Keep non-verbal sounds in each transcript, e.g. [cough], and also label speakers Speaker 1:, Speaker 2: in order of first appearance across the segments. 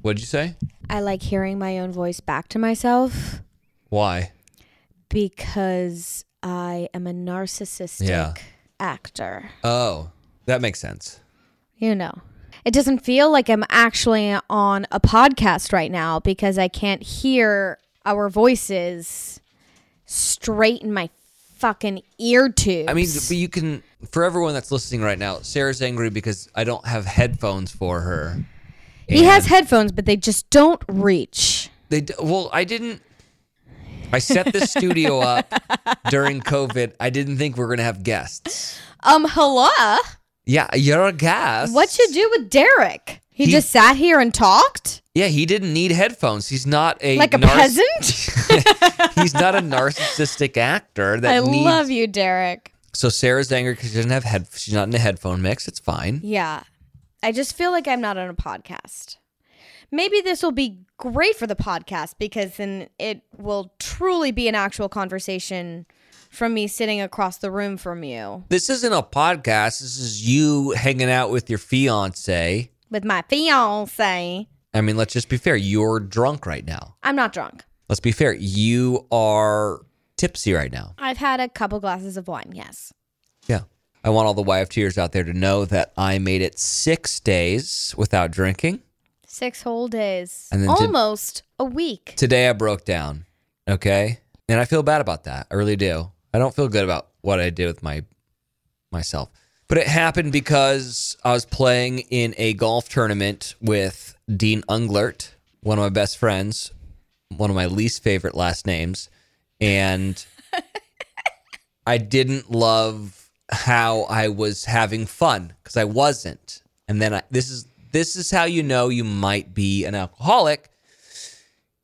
Speaker 1: What'd you say?
Speaker 2: I like hearing my own voice back to myself
Speaker 1: Why?
Speaker 2: because I am a narcissistic
Speaker 1: Yeah.
Speaker 2: actor.
Speaker 1: Oh, that makes sense.
Speaker 2: You know, it doesn't feel like I'm actually on a podcast right now because I can't hear our voices straight in my fucking ear tubes.
Speaker 1: I mean, but you can for everyone that's listening right now. Sarah's angry because I don't have headphones for her.
Speaker 2: he has
Speaker 1: And-
Speaker 2: headphones, but they just don't reach.
Speaker 1: They d- well, I didn't. I set [laughs] this studio up during COVID. I didn't think we are gonna have guests.
Speaker 2: Um, hello.
Speaker 1: Yeah, you're a guest.
Speaker 2: What'd you do with Derek? He,
Speaker 1: He-
Speaker 2: just sat here and talked
Speaker 1: Yeah, he didn't need headphones. He's not a
Speaker 2: like a
Speaker 1: narc- [laughs]
Speaker 2: peasant.
Speaker 1: He's not a narcissistic actor that
Speaker 2: [laughs] I
Speaker 1: needs.
Speaker 2: love you, Derek.
Speaker 1: So Sarah's angry because she doesn't have head. She's not in a headphone mix. It's fine.
Speaker 2: Yeah. I just feel like I'm not on a podcast. Maybe this will be great for the podcast because then it will truly be an actual conversation from me sitting across the room from you
Speaker 1: This isn't a podcast. This is you hanging out with your fiance.
Speaker 2: with my fiance.
Speaker 1: I mean, let's just be fair. You're drunk right now.
Speaker 2: I'm not drunk.
Speaker 1: Let's be fair. You are tipsy right now.
Speaker 2: I've had a couple glasses of wine, yes.
Speaker 1: Yeah. I want all the YFTers out there to know that I made it six days without drinking.
Speaker 2: Six whole days.
Speaker 1: And then did-
Speaker 2: Almost a week.
Speaker 1: Today I broke down. Okay. And I feel bad about that. I really do. I don't feel good about what I did with my myself. But it happened because I was playing in a golf tournament with Dean Unglert, one of my best friends, one of my least favorite last names. And I didn't love how I was having fun because I wasn't. And then I, this is this is how you know you might be an alcoholic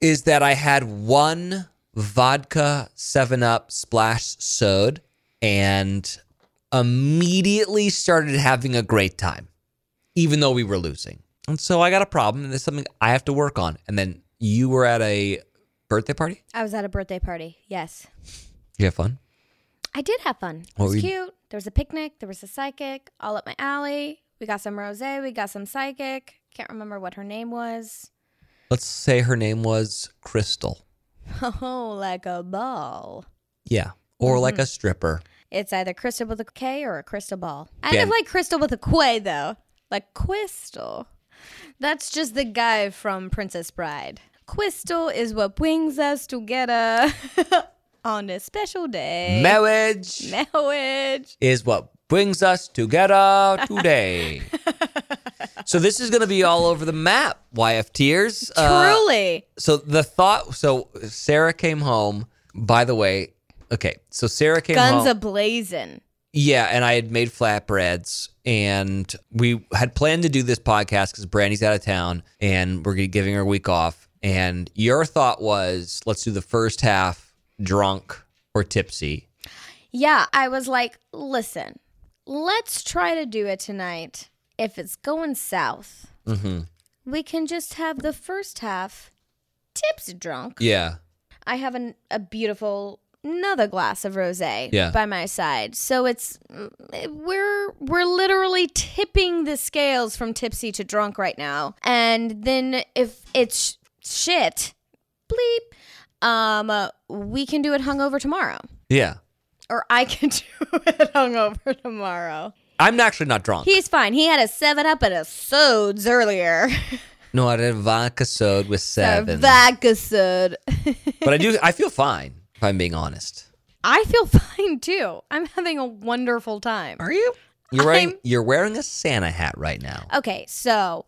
Speaker 1: is that I had one vodka 7 up splash soda and immediately started having a great time even though we were losing. And so I got a problem and there's something I have to work on. And then you were at a birthday party?
Speaker 2: I was at a birthday party, yes.
Speaker 1: Did you have fun?
Speaker 2: I did have fun. It
Speaker 1: What
Speaker 2: was
Speaker 1: were you-
Speaker 2: cute. There was a picnic. There was a psychic all up my alley. We got some rosé. We got some psychic. Can't remember what her name was. [laughs]
Speaker 1: Let's say her name was Crystal.
Speaker 2: Oh, like a ball.
Speaker 1: Yeah. Or like a stripper.
Speaker 2: It's either crystal with a K or a crystal ball. I
Speaker 1: Yeah.
Speaker 2: didn't like crystal with a Quay though. Like Quistal. That's just the guy from Princess Bride. Quistal is what brings us together [laughs] on a special day.
Speaker 1: Marriage
Speaker 2: Marriage.
Speaker 1: is what brings us together
Speaker 2: [laughs]
Speaker 1: today. so this is going to be all over the map, YFTers. Uh,
Speaker 2: Truly.
Speaker 1: so the thought so sarah came home by the way okay so sarah came home
Speaker 2: Guns a blazing.
Speaker 1: yeah and i had made flatbreads and we had planned to do this podcast because brandy's out of town and we're gonna- giving her a week off and your thought was let's do the first half drunk or tipsy
Speaker 2: Yeah, I was like, listen, let's try to do it tonight. If it's going south,
Speaker 1: mm-hmm.
Speaker 2: we can just have the first half tips drunk.
Speaker 1: yeah
Speaker 2: I have an, a beautiful another glass of rosé
Speaker 1: Yeah.
Speaker 2: by my side. So it's we're we're literally tipping the scales from tipsy to drunk right now. And then if it's shit, bleep, um uh, we can do it hungover tomorrow
Speaker 1: yeah
Speaker 2: or I can [laughs] do it hungover tomorrow.
Speaker 1: i'm actually not drunk
Speaker 2: He's fine. He had a seven up at a sods earlier.
Speaker 1: no i did vodka soda with
Speaker 2: [laughs]
Speaker 1: seven
Speaker 2: Vodka sod.
Speaker 1: but i do i feel fine if i'm being honest
Speaker 2: I feel [laughs] fine too. I'm having a wonderful time.
Speaker 1: Are you? You're wearing
Speaker 2: I'm-
Speaker 1: you're wearing a Santa hat right now.
Speaker 2: Okay, so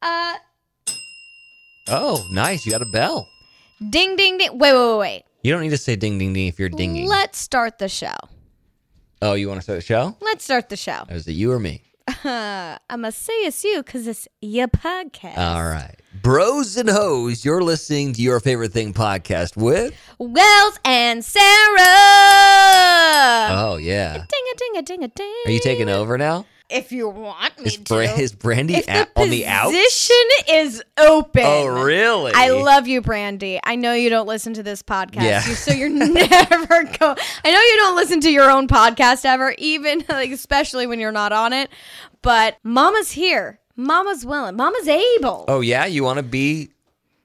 Speaker 2: uh
Speaker 1: Oh, nice. You got a bell.
Speaker 2: ding ding ding. Wait, wait, wait,
Speaker 1: You don't need to say ding ding ding if you're
Speaker 2: wait.
Speaker 1: dinging.
Speaker 2: Let's start the show.
Speaker 1: oh, you want to start the show?
Speaker 2: Let's start the show. [laughs]
Speaker 1: Or is it you or me?
Speaker 2: Uh, I'm going to say it's you because it's your podcast.
Speaker 1: All right. Bros and hoes, you're listening to your favorite thing podcast with
Speaker 2: Wells and Sarah.
Speaker 1: Oh yeah.
Speaker 2: ding a ding a ding a ding.
Speaker 1: Are you taking over now?
Speaker 2: If you want me
Speaker 1: Is,
Speaker 2: to.
Speaker 1: Bra- is Brandy
Speaker 2: if
Speaker 1: at-
Speaker 2: the
Speaker 1: on the out?
Speaker 2: position is open.
Speaker 1: Oh really?
Speaker 2: I love you, Brandy. I know you don't listen to this podcast,
Speaker 1: Yeah.
Speaker 2: you- so you're [laughs] never go. I know you don't listen to your [laughs] own podcast ever, even like especially when you're not on it. But Mama's here. Mama's willing. Mama's able.
Speaker 1: Oh yeah, you want to be?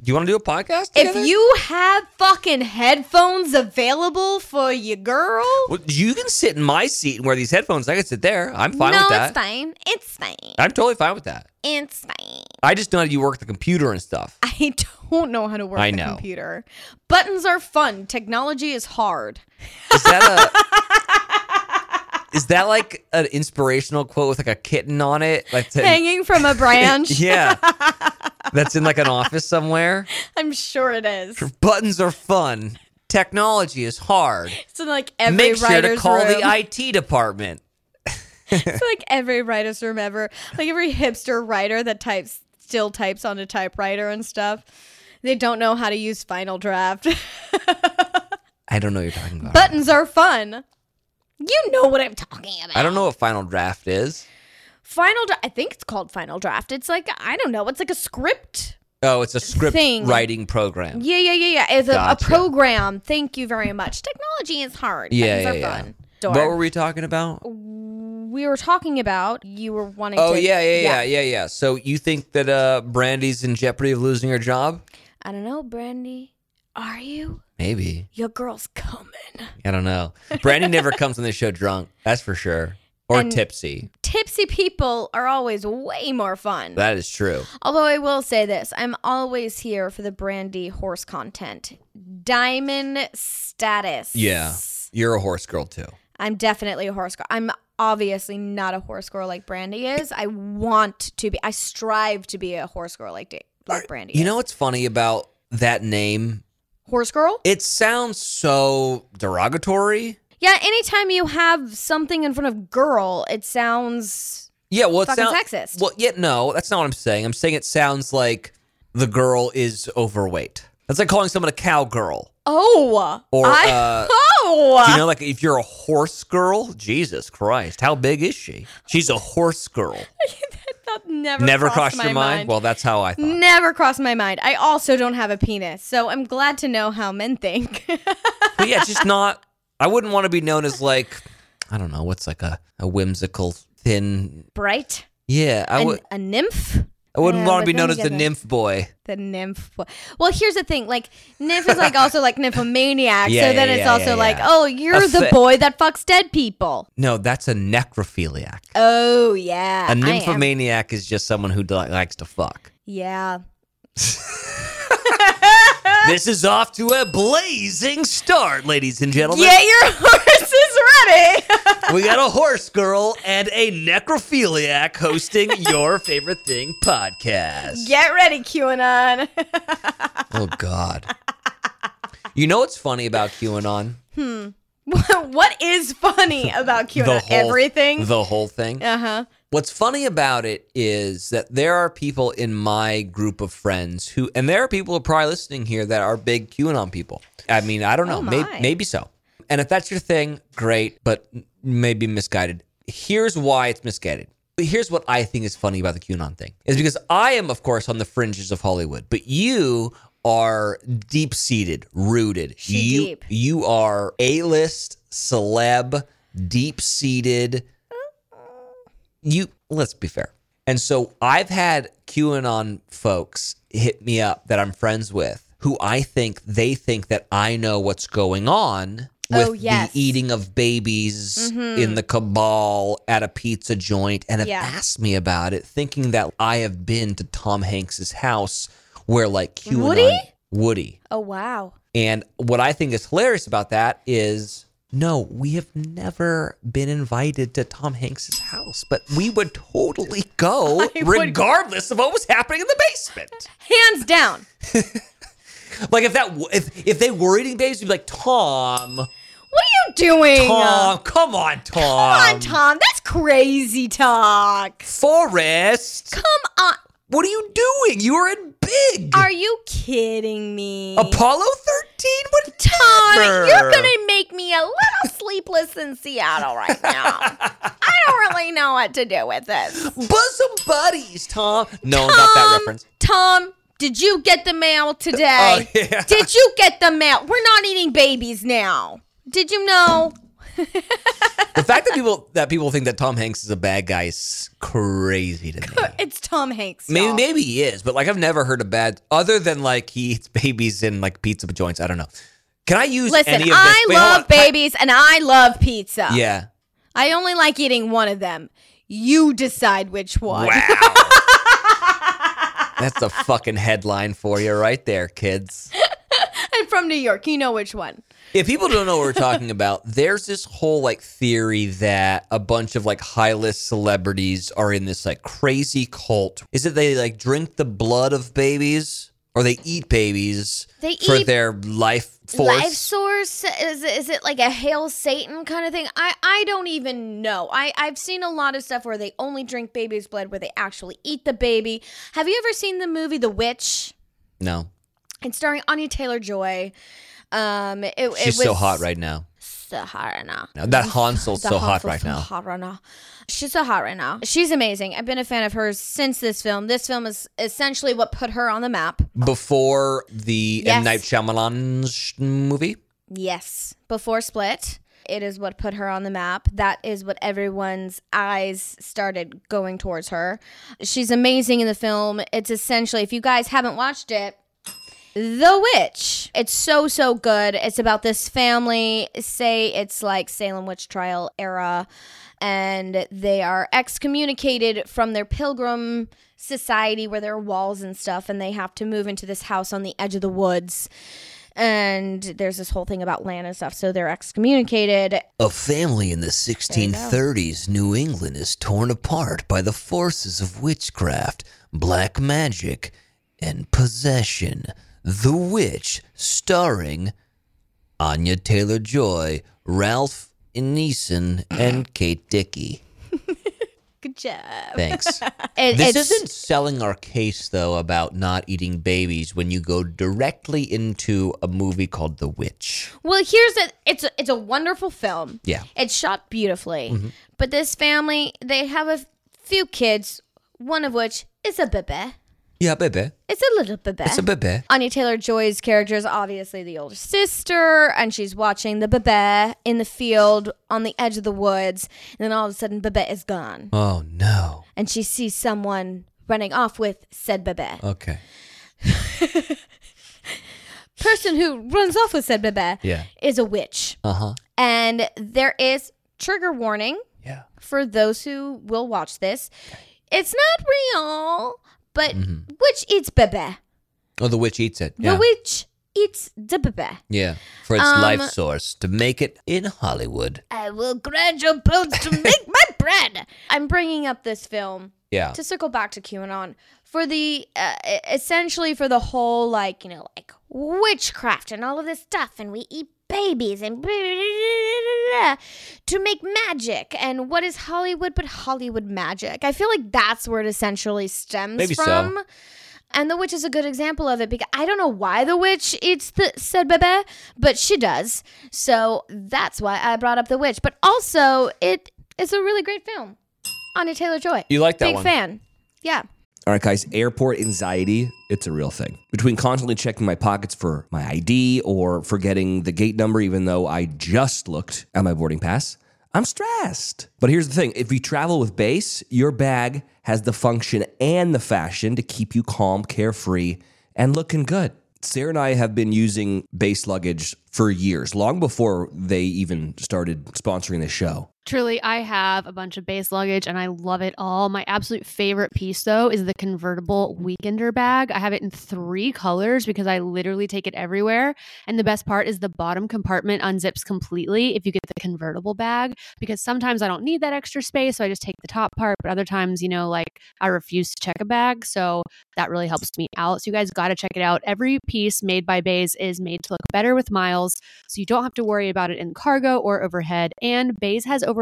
Speaker 1: You want to do a podcast?
Speaker 2: if
Speaker 1: together?
Speaker 2: you have fucking headphones available for your girl,
Speaker 1: well, you can sit in my seat and wear these headphones. I can sit there. I'm fine
Speaker 2: no,
Speaker 1: with that.
Speaker 2: it's fine. It's fine.
Speaker 1: I'm totally fine with that.
Speaker 2: It's fine. [laughs]
Speaker 1: I just know how you work the computer and stuff.
Speaker 2: I don't know how to work
Speaker 1: I
Speaker 2: the
Speaker 1: know.
Speaker 2: computer. Buttons are fun. Technology is hard.
Speaker 1: Is that a? is that like an inspirational quote with like a kitten on it? Like to-
Speaker 2: [laughs] Hanging from a
Speaker 1: [laughs]
Speaker 2: branch. [laughs]
Speaker 1: Yeah. That's in like an office somewhere.
Speaker 2: I'm sure it is.
Speaker 1: Buttons are fun. Technology is hard.
Speaker 2: It's in like every
Speaker 1: Make sure to
Speaker 2: writer's
Speaker 1: call
Speaker 2: room.
Speaker 1: the IT department.
Speaker 2: [laughs] It's like every writer's room ever. Like every hipster writer that types still types on a typewriter and stuff. They don't know how to use Final Draft. [laughs]
Speaker 1: I don't know what you're talking about.
Speaker 2: Buttons are fun. You know what I'm talking about.
Speaker 1: I don't know what final draft is.
Speaker 2: Final Draft. I think it's called Final Draft. It's like I don't know. It's like a script.
Speaker 1: Oh, it's a script
Speaker 2: Thing.
Speaker 1: writing program.
Speaker 2: Yeah, yeah, yeah, yeah. It's a,
Speaker 1: Gotcha.
Speaker 2: a program. Thank you very much. Technology is hard.
Speaker 1: Yeah,
Speaker 2: Buttons
Speaker 1: yeah,
Speaker 2: are
Speaker 1: yeah.
Speaker 2: fun.
Speaker 1: What
Speaker 2: Dork.
Speaker 1: were we talking about?
Speaker 2: we were talking about you were wanting
Speaker 1: Oh
Speaker 2: to
Speaker 1: yeah, yeah, yeah, yeah, yeah. So you think that uh Brandy's in jeopardy of losing her job?
Speaker 2: I don't know, Brandy. Are you?
Speaker 1: Maybe.
Speaker 2: Your girl's coming.
Speaker 1: I don't know. Brandy never comes on the show drunk, that's for sure. Or
Speaker 2: And-
Speaker 1: tipsy.
Speaker 2: Tipsy people are always way more fun.
Speaker 1: That is true.
Speaker 2: Although I will say this, I'm always here for the brandy horse content. Diamond status.
Speaker 1: Yeah. You're a horse girl too.
Speaker 2: I'm definitely a horse girl. I'm obviously not a horse girl like Brandy is. I want to be. I strive to be a horse girl like da- like Brandy.
Speaker 1: You
Speaker 2: is.
Speaker 1: know what's funny about that name?
Speaker 2: horse girl.
Speaker 1: It sounds so derogatory.
Speaker 2: Yeah. Anytime you have something in front of girl, it sounds
Speaker 1: Yeah, well, it
Speaker 2: Fucking
Speaker 1: sounds
Speaker 2: sexist.
Speaker 1: Well, yeah, no, that's not what I'm saying. I'm saying it sounds like the girl is overweight. That's like calling someone a cowgirl,
Speaker 2: oh
Speaker 1: or
Speaker 2: I-
Speaker 1: uh,
Speaker 2: [laughs] oh.
Speaker 1: do you know, like if you're a horse girl. Jesus Christ, how big is she? She's a horse
Speaker 2: [laughs]
Speaker 1: girl.
Speaker 2: That never
Speaker 1: Never
Speaker 2: crossed,
Speaker 1: crossed
Speaker 2: my
Speaker 1: your mind? Well, that's how I thought.
Speaker 2: Never crossed my mind. I also don't have a penis, so I'm glad to know how men think. [laughs]
Speaker 1: but yeah, it's just not. I wouldn't want to be known as like, I don't know, what's like a, a whimsical thin.
Speaker 2: Bright,
Speaker 1: Yeah, I
Speaker 2: An-
Speaker 1: would.
Speaker 2: a nymph.
Speaker 1: I wouldn't
Speaker 2: Yeah,
Speaker 1: want to
Speaker 2: but
Speaker 1: be known
Speaker 2: then
Speaker 1: as
Speaker 2: you
Speaker 1: the
Speaker 2: get the-
Speaker 1: nymph boy.
Speaker 2: The nymph. Well, here's the thing. Like nymph is like also like nymphomaniac.
Speaker 1: Yeah,
Speaker 2: so then
Speaker 1: yeah,
Speaker 2: it's
Speaker 1: yeah,
Speaker 2: also
Speaker 1: yeah,
Speaker 2: like,
Speaker 1: yeah.
Speaker 2: oh, you're
Speaker 1: A
Speaker 2: the
Speaker 1: fi-
Speaker 2: boy that fucks dead people.
Speaker 1: No, that's a necrophiliac.
Speaker 2: Oh yeah, I
Speaker 1: A
Speaker 2: am.
Speaker 1: nymphomaniac is just someone who li- likes to fuck.
Speaker 2: Yeah.
Speaker 1: this is off to a blazing start, ladies and gentlemen.
Speaker 2: Get your [laughs] horses ready. [laughs]
Speaker 1: We got a horse girl and a necrophiliac hosting your favorite thing podcast.
Speaker 2: Get ready, QAnon. [laughs]
Speaker 1: Oh God. You know what's funny about QAnon?
Speaker 2: what is funny about QAnon? Everything.
Speaker 1: The whole thing.
Speaker 2: uh huh.
Speaker 1: What's funny about it is that there are people in my group of friends who, and there are people who are probably listening here that are big QAnon people. I mean, I don't know,
Speaker 2: Oh,
Speaker 1: may-
Speaker 2: my.
Speaker 1: maybe so. And if that's your thing, great, but m- maybe misguided. Here's why it's misguided. But Here's what I think is funny about the QAnon thing is because I am, of course, on the fringes of Hollywood, but you are deep seated, rooted.
Speaker 2: She
Speaker 1: you
Speaker 2: deep.
Speaker 1: you are a list celeb, deep seated you let's be fair. And so I've had QAnon folks hit me up that I'm friends with who I think they think that I know what's going on with
Speaker 2: Oh, yes. Mm-hmm.
Speaker 1: the eating of babies in the cabal at a pizza joint and have
Speaker 2: Yeah.
Speaker 1: asked me about it thinking that I have been to Tom Hanks's house where like QAnon
Speaker 2: Woody?
Speaker 1: Woody.
Speaker 2: Oh wow.
Speaker 1: And what I think is hilarious about that is no, we have never been invited to Tom Hanks's house, but we would totally go
Speaker 2: [laughs] I would-
Speaker 1: regardless of what was happening in the basement.
Speaker 2: Hands down.
Speaker 1: Like if that w- if if they were eating babies, we'd be like Tom,
Speaker 2: What are you doing?
Speaker 1: Tom, come on, Tom,
Speaker 2: Come on, Tom. That's crazy talk.
Speaker 1: Forrest,
Speaker 2: Come on.
Speaker 1: what are you doing? You are in big
Speaker 2: Are you kidding me?
Speaker 1: Apollo thirteen. What
Speaker 2: Tom, you're going to make me a little sleepless in Seattle right now. I don't really know what to do with this.
Speaker 1: bosom buddies, Tom. No one got that
Speaker 2: Tom,
Speaker 1: reference.
Speaker 2: Tom, did you get the mail
Speaker 1: Oh
Speaker 2: today?
Speaker 1: [laughs] yeah.
Speaker 2: Did you get the mail? We're not eating babies now. Did you know?
Speaker 1: the fact that people that people think that Tom Hanks is a bad guy is crazy to me.
Speaker 2: It's Tom Hanks.
Speaker 1: Maybe,
Speaker 2: y'all.
Speaker 1: maybe he is, but like I've never heard a bad other than like he eats babies in like pizza joints. I don't know. Can I use
Speaker 2: Listen,
Speaker 1: any of this?
Speaker 2: I
Speaker 1: Wait, hold on.
Speaker 2: love babies and I love pizza.
Speaker 1: Yeah.
Speaker 2: I only like eating one of them. You decide which one.
Speaker 1: Wow. [laughs] That's the fucking headline for you right there, kids.
Speaker 2: I'm from New York. You know which one.
Speaker 1: If people don't know what we're
Speaker 2: [laughs]
Speaker 1: talking about, there's this whole like theory that a bunch of like high list celebrities are in this like crazy cult. Is it they like drink the blood of babies or they eat babies
Speaker 2: They
Speaker 1: for
Speaker 2: eat
Speaker 1: their life force?
Speaker 2: Life source is is it like a hail Satan kind of thing? I I don't even know. I I've seen a lot of stuff where they only drink baby's blood, where they actually eat the baby. Have you ever seen the movie The Witch?
Speaker 1: No.
Speaker 2: It's starring Anya Taylor Joy. Um, it, it
Speaker 1: She's
Speaker 2: was
Speaker 1: so hot right now.
Speaker 2: So hot right now.
Speaker 1: Now, that Hansel's
Speaker 2: [laughs] The
Speaker 1: so hot
Speaker 2: Hansel's
Speaker 1: right
Speaker 2: so
Speaker 1: now.
Speaker 2: hot right now. She's so hot right now. She's amazing. I've been a fan of hers since this film. This film is essentially what put her on the map.
Speaker 1: Before the M.
Speaker 2: Yes.
Speaker 1: Night Shyamalan's movie?
Speaker 2: Yes, before Split. It is what put her on the map. That is what everyone's eyes started going towards her. She's amazing in the film. It's essentially, if you guys haven't watched it, The Witch. It's so, so good. It's about this family, say it's like Salem Witch Trial era, and they are excommunicated from their pilgrim society where there are walls and stuff, and they have to move into this house on the edge of the woods. And there's this whole thing about land and stuff, so they're excommunicated.
Speaker 1: A family in the 1630s New England is torn apart by the forces of witchcraft, black magic, and possession. The Witch, starring Anya Taylor Joy, Ralph Neeson, [clears throat] and Kate Dickey.
Speaker 2: Good job.
Speaker 1: [laughs] Thanks.
Speaker 2: It,
Speaker 1: This
Speaker 2: it's-
Speaker 1: isn't selling our case, though, about not eating babies when you go directly into a movie called The Witch.
Speaker 2: Well, here's the it's a, it's a wonderful film.
Speaker 1: Yeah.
Speaker 2: It's shot beautifully.
Speaker 1: Mm-hmm.
Speaker 2: But this family, they have a few kids, one of which is a bebe.
Speaker 1: Yeah, baby.
Speaker 2: It's a little bebe.
Speaker 1: It's a baby.
Speaker 2: Anya Taylor Joy's character is obviously the older sister, and she's watching the bebe in the field on the edge of the woods. And then all of a sudden, bebe is gone,
Speaker 1: Oh, no.
Speaker 2: and she sees someone running off with said bebe.
Speaker 1: Okay.
Speaker 2: Person who runs off with said bebe
Speaker 1: Yeah.
Speaker 2: is a witch,
Speaker 1: Uh huh.
Speaker 2: and there is trigger warning.
Speaker 1: Yeah.
Speaker 2: for those who will watch this. It's not real, but which eats bebe.
Speaker 1: Oh, the witch eats it.
Speaker 2: The witch eats the bebe.
Speaker 1: yeah. For its
Speaker 2: Um,
Speaker 1: life source to make it in Hollywood.
Speaker 2: I will grind your bones to make my bread. [laughs] I'm bringing up this film
Speaker 1: Yeah.
Speaker 2: to circle back to QAnon for the uh, e- essentially for the whole like you know like witchcraft and all of this stuff, and we eat babies and blah, blah, blah, blah, blah, blah, to make magic. And what is Hollywood but Hollywood magic? I feel like that's where it essentially stems
Speaker 1: Maybe so.
Speaker 2: from. And the witch is a good example of it because I don't know why the witch eats the said bebe, but she does. So that's why I brought up the witch. But also, it is a really great film. Anya Taylor Joy.
Speaker 1: You like that
Speaker 2: Big
Speaker 1: one?
Speaker 2: fan. Yeah.
Speaker 3: All right, guys, airport anxiety, it's a real thing. Between constantly checking my pockets for my ID or forgetting the gate number, even though I just looked at my boarding pass, I'm stressed. But here's the thing if you travel with Base, your bag has the function and the fashion to keep you calm, carefree, and looking good. Sarah and I have been using Base luggage for years, long before they even started sponsoring this show.
Speaker 4: Truly, I have a bunch of base luggage and I love it all. My absolute favorite piece, though, is the convertible weekender bag. I have it in three colors because I literally take it everywhere. And the best part is the bottom compartment unzips completely if you get the convertible bag because sometimes I don't need that extra space. So I just take the top part. But other times, you know, like I refuse to check a bag. So that really helps me out. So you guys got to check it out. Every piece made by Bays is made to look better with miles so you don't have to worry about it in cargo or overhead. And Bays has over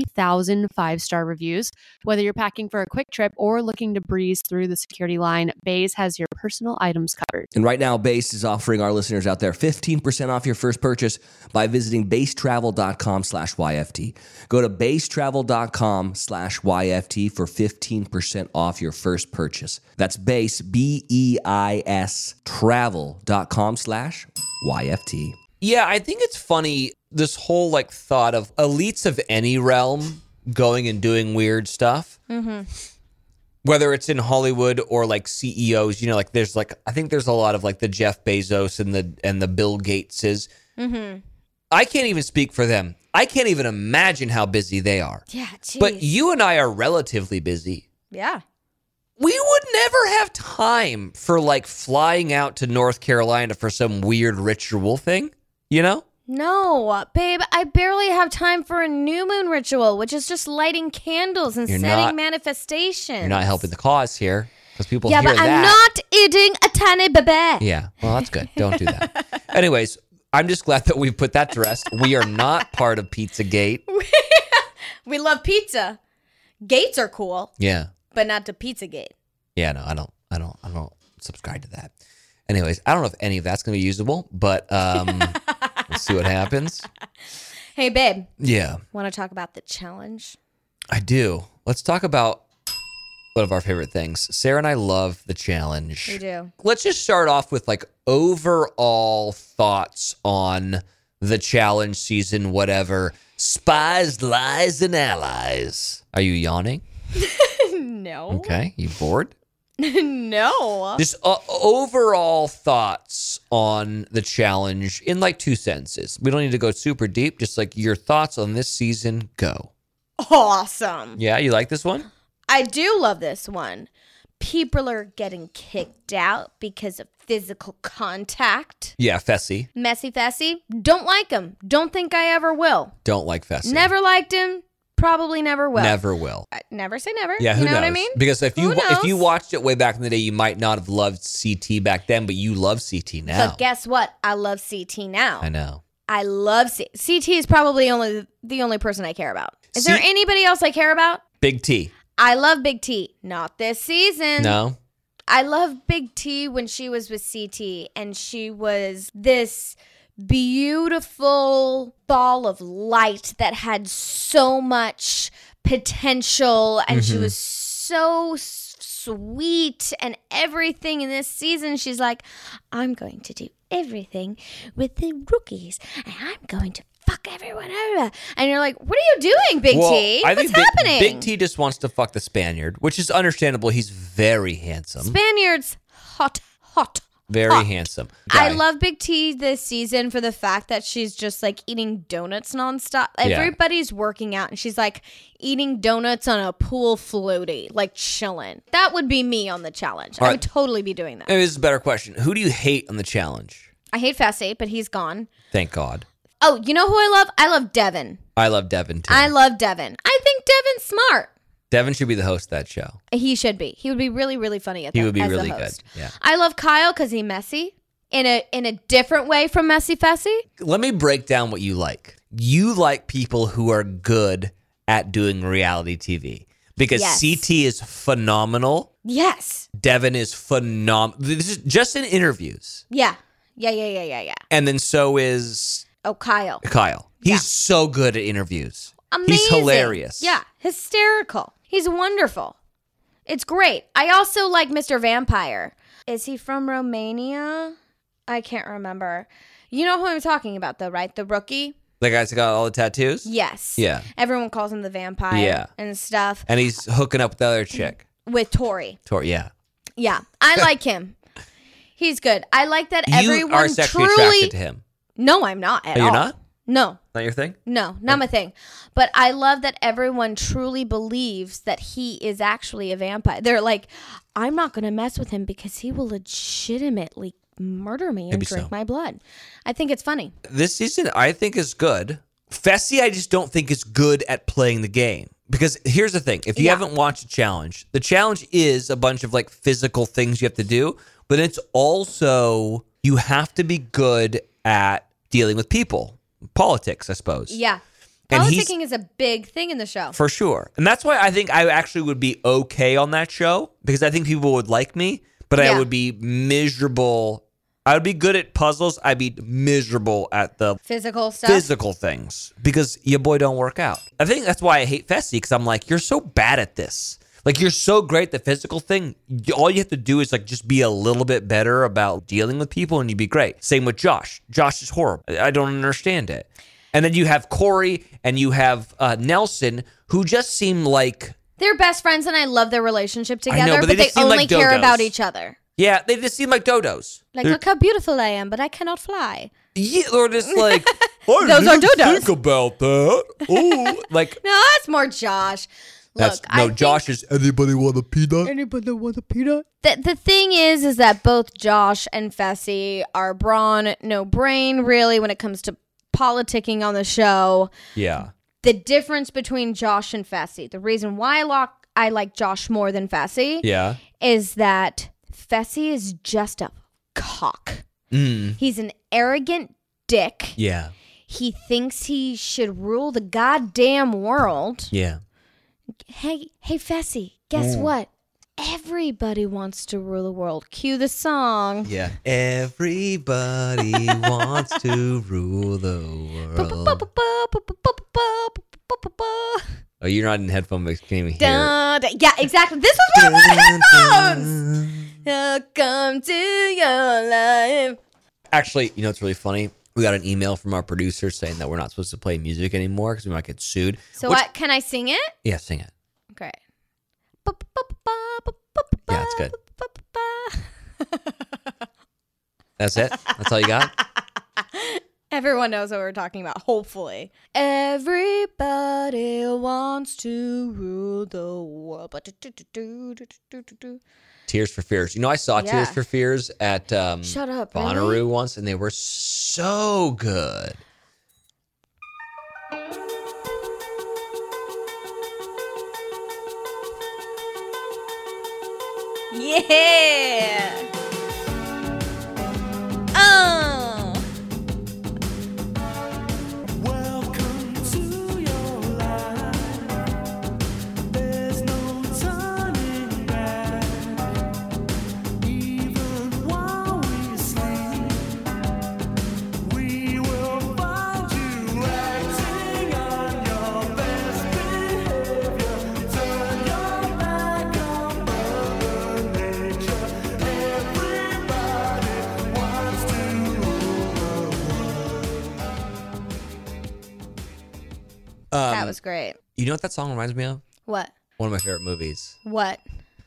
Speaker 4: 30,000 five star reviews. Whether you're packing for a quick trip or looking to breeze through the security line, Bays has your personal items covered.
Speaker 3: And right now, Base is offering our listeners out there 15% off your first purchase by visiting basetravel.com slash YFT. Go to basetravel.com slash YFT for 15% off your first purchase. That's base, B E I S, travel.com slash YFT.
Speaker 1: Yeah, I think it's funny this whole like thought of elites of any realm going and doing weird stuff. Whether it's in Hollywood or like CEOs, you know, like there's like I think there's a lot of like the Jeff Bezos and the and the Bill Gateses.
Speaker 2: Mm-hmm.
Speaker 1: I can't even speak for them. I can't even imagine how busy they are.
Speaker 2: Yeah, geez.
Speaker 1: But you and I are relatively busy
Speaker 2: yeah.
Speaker 1: we would never have time for like flying out to North Carolina for some weird ritual thing, you know?
Speaker 2: No, babe, I barely have time for a new moon ritual, which is just lighting candles and
Speaker 1: You're
Speaker 2: setting
Speaker 1: not-
Speaker 2: manifestations.
Speaker 1: You're not helping the cause here because people
Speaker 2: Yeah,
Speaker 1: hear
Speaker 2: but
Speaker 1: that.
Speaker 2: I'm not eating a tiny baby.
Speaker 1: yeah, well, that's good. Don't do
Speaker 2: [laughs]
Speaker 1: that. Anyways, I'm just glad that we've put that to rest. We are not part of Pizzagate.
Speaker 2: We love pizza. Gates are cool,
Speaker 1: Yeah.
Speaker 2: but not to Pizzagate.
Speaker 1: Yeah, no, I don't, I don't, I don't subscribe to that. Anyways, I don't know if any of that's going to be usable, but
Speaker 2: [laughs]
Speaker 1: um, we'll see what happens.
Speaker 2: Hey, babe,
Speaker 1: Yeah.
Speaker 2: want to talk about the challenge?
Speaker 1: I do. Let's talk about one of our favorite things. Sarah and I love the challenge.
Speaker 2: We do.
Speaker 1: Let's just start off with like overall thoughts on the challenge season, whatever. Spies, lies, and allies. Are you yawning?
Speaker 2: [laughs] no.
Speaker 1: Okay. You bored?
Speaker 2: [laughs] no.
Speaker 1: Just uh, overall thoughts on the challenge in like two sentences. We don't need to go super deep, just like your thoughts on this season go.
Speaker 2: Awesome.
Speaker 1: Yeah, you like this one?
Speaker 2: I do love this one. People are getting kicked out because of physical contact.
Speaker 1: Yeah, Fessy.
Speaker 2: Messy Fessy, don't like him. Don't think I ever will.
Speaker 1: Don't like Fessy.
Speaker 2: Never liked him. Probably never will.
Speaker 1: Never will.
Speaker 2: I- never say never.
Speaker 1: Yeah, who
Speaker 2: you know
Speaker 1: knows?
Speaker 2: what I mean?
Speaker 1: Because if you
Speaker 2: Who
Speaker 1: if you
Speaker 2: knows?
Speaker 1: watched it way back in the day, you might not have loved CT back then, but you love CT now.
Speaker 2: But guess what? I love CT now.
Speaker 1: I know.
Speaker 2: I love C- CT is probably only the only person I care about. Is
Speaker 1: See-
Speaker 2: there anybody else I care about?
Speaker 1: Big T.
Speaker 2: I love Big T. Not this season.
Speaker 1: No.
Speaker 2: I love Big T when she was with CT and she was this beautiful ball of light that had so much potential and she
Speaker 1: Mhm.
Speaker 2: was so s- sweet and everything in this season she's like I'm going to do everything with the rookies and I'm going to fuck everyone over and you're like what are you doing Big
Speaker 1: Well,
Speaker 2: T
Speaker 1: I
Speaker 2: what's
Speaker 1: think Big-
Speaker 2: happening
Speaker 1: Big T just wants to fuck the Spaniard, which is understandable. He's very handsome.
Speaker 2: Spaniards hot hot
Speaker 1: very
Speaker 2: hot.
Speaker 1: handsome.
Speaker 2: I
Speaker 1: guy.
Speaker 2: love Big T this season for the fact that she's just like eating donuts nonstop.
Speaker 1: Yeah.
Speaker 2: Everybody's working out and she's like eating donuts on a pool floaty, like chilling. That would be me on the challenge. I
Speaker 1: All
Speaker 2: would
Speaker 1: right.
Speaker 2: totally be doing that.
Speaker 1: Maybe this is a better question. Who do you hate on the challenge?
Speaker 2: I hate Fast Eight, but he's gone.
Speaker 1: Thank God.
Speaker 2: Oh, you know who I love? I love Devin.
Speaker 1: I love Devin too.
Speaker 2: I love Devin. I think Devin's smart.
Speaker 1: Devin should be the host of that show.
Speaker 2: He should be. He would be really, really funny at
Speaker 1: He
Speaker 2: the-
Speaker 1: would be
Speaker 2: as the
Speaker 1: really good.
Speaker 2: host.
Speaker 1: Yeah.
Speaker 2: I love Kyle because he messy in a in a different way from messy fessy.
Speaker 1: let me break down what you like. You like people who are good at doing reality TV because
Speaker 2: Yes.
Speaker 1: CT is phenomenal.
Speaker 2: Yes.
Speaker 1: Devin is phenomenal. This is just in interviews.
Speaker 2: Yeah. Yeah. Yeah. Yeah. Yeah. Yeah.
Speaker 1: And then so is
Speaker 2: Oh, Kyle.
Speaker 1: Kyle. He's
Speaker 2: Yeah.
Speaker 1: so good at interviews.
Speaker 2: Amazing.
Speaker 1: He's hilarious.
Speaker 2: Yeah. Hysterical. He's wonderful. It's great. I also like Mr. Vampire. Is he from Romania? I can't remember. You know who I'm talking about, though, right? The rookie?
Speaker 1: The guy's got all the tattoos.
Speaker 2: Yes.
Speaker 1: Yeah.
Speaker 2: Everyone calls him the vampire
Speaker 1: Yeah.
Speaker 2: and stuff
Speaker 1: And he's hooking up with the other chick.
Speaker 2: with Tori.
Speaker 1: Tori, yeah.
Speaker 2: Yeah.
Speaker 1: [laughs]
Speaker 2: I like him. He's good. I like that
Speaker 1: you
Speaker 2: everyone
Speaker 1: are sexually
Speaker 2: truly.
Speaker 1: attracted to him.
Speaker 2: no, I'm not at
Speaker 1: Oh, you're
Speaker 2: all.
Speaker 1: not?
Speaker 2: No,
Speaker 1: Not your thing?
Speaker 2: No, not my thing. But I love that everyone truly believes that he is actually a vampire. They're like, I'm not going to mess with him because he will legitimately murder me and
Speaker 1: Maybe
Speaker 2: drink
Speaker 1: so.
Speaker 2: my blood. I think it's funny.
Speaker 1: this season I think is good. Fessy, I just don't think is good at playing the game. Because here's the thing if you
Speaker 2: Yeah.
Speaker 1: haven't watched the challenge, the challenge is a bunch of like physical things you have to do, but it's also you have to be good at dealing with people, politics, I suppose.
Speaker 2: Yeah.
Speaker 1: And he's-
Speaker 2: Politicking is a big thing in the show.
Speaker 1: For sure. And that's why I think I actually would be okay on that show because I think people would like me, but I
Speaker 2: Yeah.
Speaker 1: would be miserable. I would be good at puzzles. I'd be miserable at the
Speaker 2: Physical stuff.
Speaker 1: physical things because your boy don't work out. I think that's why I hate Fessy because I'm like, you're so bad at this. Like you're so great at the physical thing. You- All you have to do is like just be a little bit better about dealing with people, and you'd be great. Same with Josh. Josh is horrible. I I don't understand it. And then you have Corey and you have uh, Nelson, who just seem like
Speaker 2: They're best friends, and I love their relationship
Speaker 1: but
Speaker 2: together. but,
Speaker 1: they
Speaker 2: they,
Speaker 1: just seem
Speaker 2: only
Speaker 1: like
Speaker 2: care
Speaker 1: dodos.
Speaker 2: about each other.
Speaker 1: yeah, they just seem like dodos.
Speaker 2: Like, look how beautiful I am, but I cannot fly. [laughs]
Speaker 1: Yeah, or just like I
Speaker 2: Those are
Speaker 1: didn't
Speaker 2: dodos.
Speaker 1: Think about that. Ooh, like
Speaker 2: No, that's more Josh. Look,
Speaker 1: that's
Speaker 2: I
Speaker 1: no.
Speaker 2: think
Speaker 1: Josh is anybody want a peanut?
Speaker 2: The, the thing is, is that both Josh and Fessy are brawn, no brain, really, when it comes to politicking on the show.
Speaker 1: Yeah.
Speaker 2: The difference between Josh and Fessy, the reason why I, lock, I like Josh more than Fessy
Speaker 1: Yeah.
Speaker 2: is that Fessy is just a cock.
Speaker 1: Mm.
Speaker 2: He's an arrogant dick.
Speaker 1: Yeah.
Speaker 2: He thinks he should rule the goddamn world.
Speaker 1: Yeah.
Speaker 2: Hey, hey, Fessy, guess
Speaker 1: Mm.
Speaker 2: what? Everybody wants to rule the world. Cue the song.
Speaker 1: Yeah. Everybody wants to rule the world.
Speaker 2: Da-
Speaker 1: Oh, you're not in headphone mix. Can't even hear.
Speaker 2: da- Yeah, exactly. This is what I want headphones. Welcome to your life.
Speaker 1: Actually, you know what's really funny? We got an email from our producer saying that we're not supposed to play music anymore because we might get sued.
Speaker 2: So
Speaker 1: Which-
Speaker 2: what? Can I sing it?
Speaker 1: Yeah, sing it.
Speaker 2: Great.
Speaker 1: Yeah, it's good. That's it. That's all you got.
Speaker 2: [laughs] Everyone knows what we're talking about, hopefully. Everybody wants to rule the world. but do-do-do-do-do-do-do-do.
Speaker 1: Tears for Fears. You know, I saw
Speaker 2: Yeah.
Speaker 1: Tears for Fears at um,
Speaker 2: Shut up.
Speaker 1: Bonnaroo
Speaker 2: Really?
Speaker 1: once, and they were so good.
Speaker 2: Yeah. Oh.
Speaker 5: Welcome to your life. There's no turning back. Even while we sleep, we will find you acting on your best behavior. Turn your back on Mother Nature. Everybody wants to rule the
Speaker 1: Um,
Speaker 2: that was great.
Speaker 1: You know what that song reminds me of?
Speaker 2: What?
Speaker 1: One of my favorite movies,
Speaker 2: What?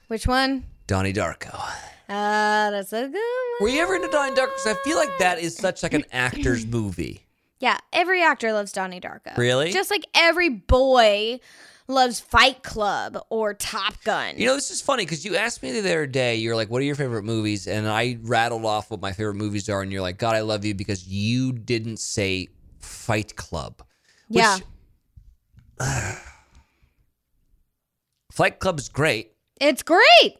Speaker 2: Which one?
Speaker 1: Donnie Darko.
Speaker 2: Ah, that's a good one.
Speaker 1: Were you ever into Donnie Darko? 'Cause I feel like that is such like an actor's movie.
Speaker 2: Yeah, every actor loves Donnie Darko.
Speaker 1: Really?
Speaker 2: Just like every boy loves Fight Club or Top Gun.
Speaker 1: You know, this is funny because you asked me the other day, you're like, what are your favorite movies? And I rattled off what my favorite movies are, and you're like, God, I love you because you didn't say Fight Club. Which,
Speaker 2: yeah,
Speaker 1: [sighs] Fight Club's great,
Speaker 2: it's great.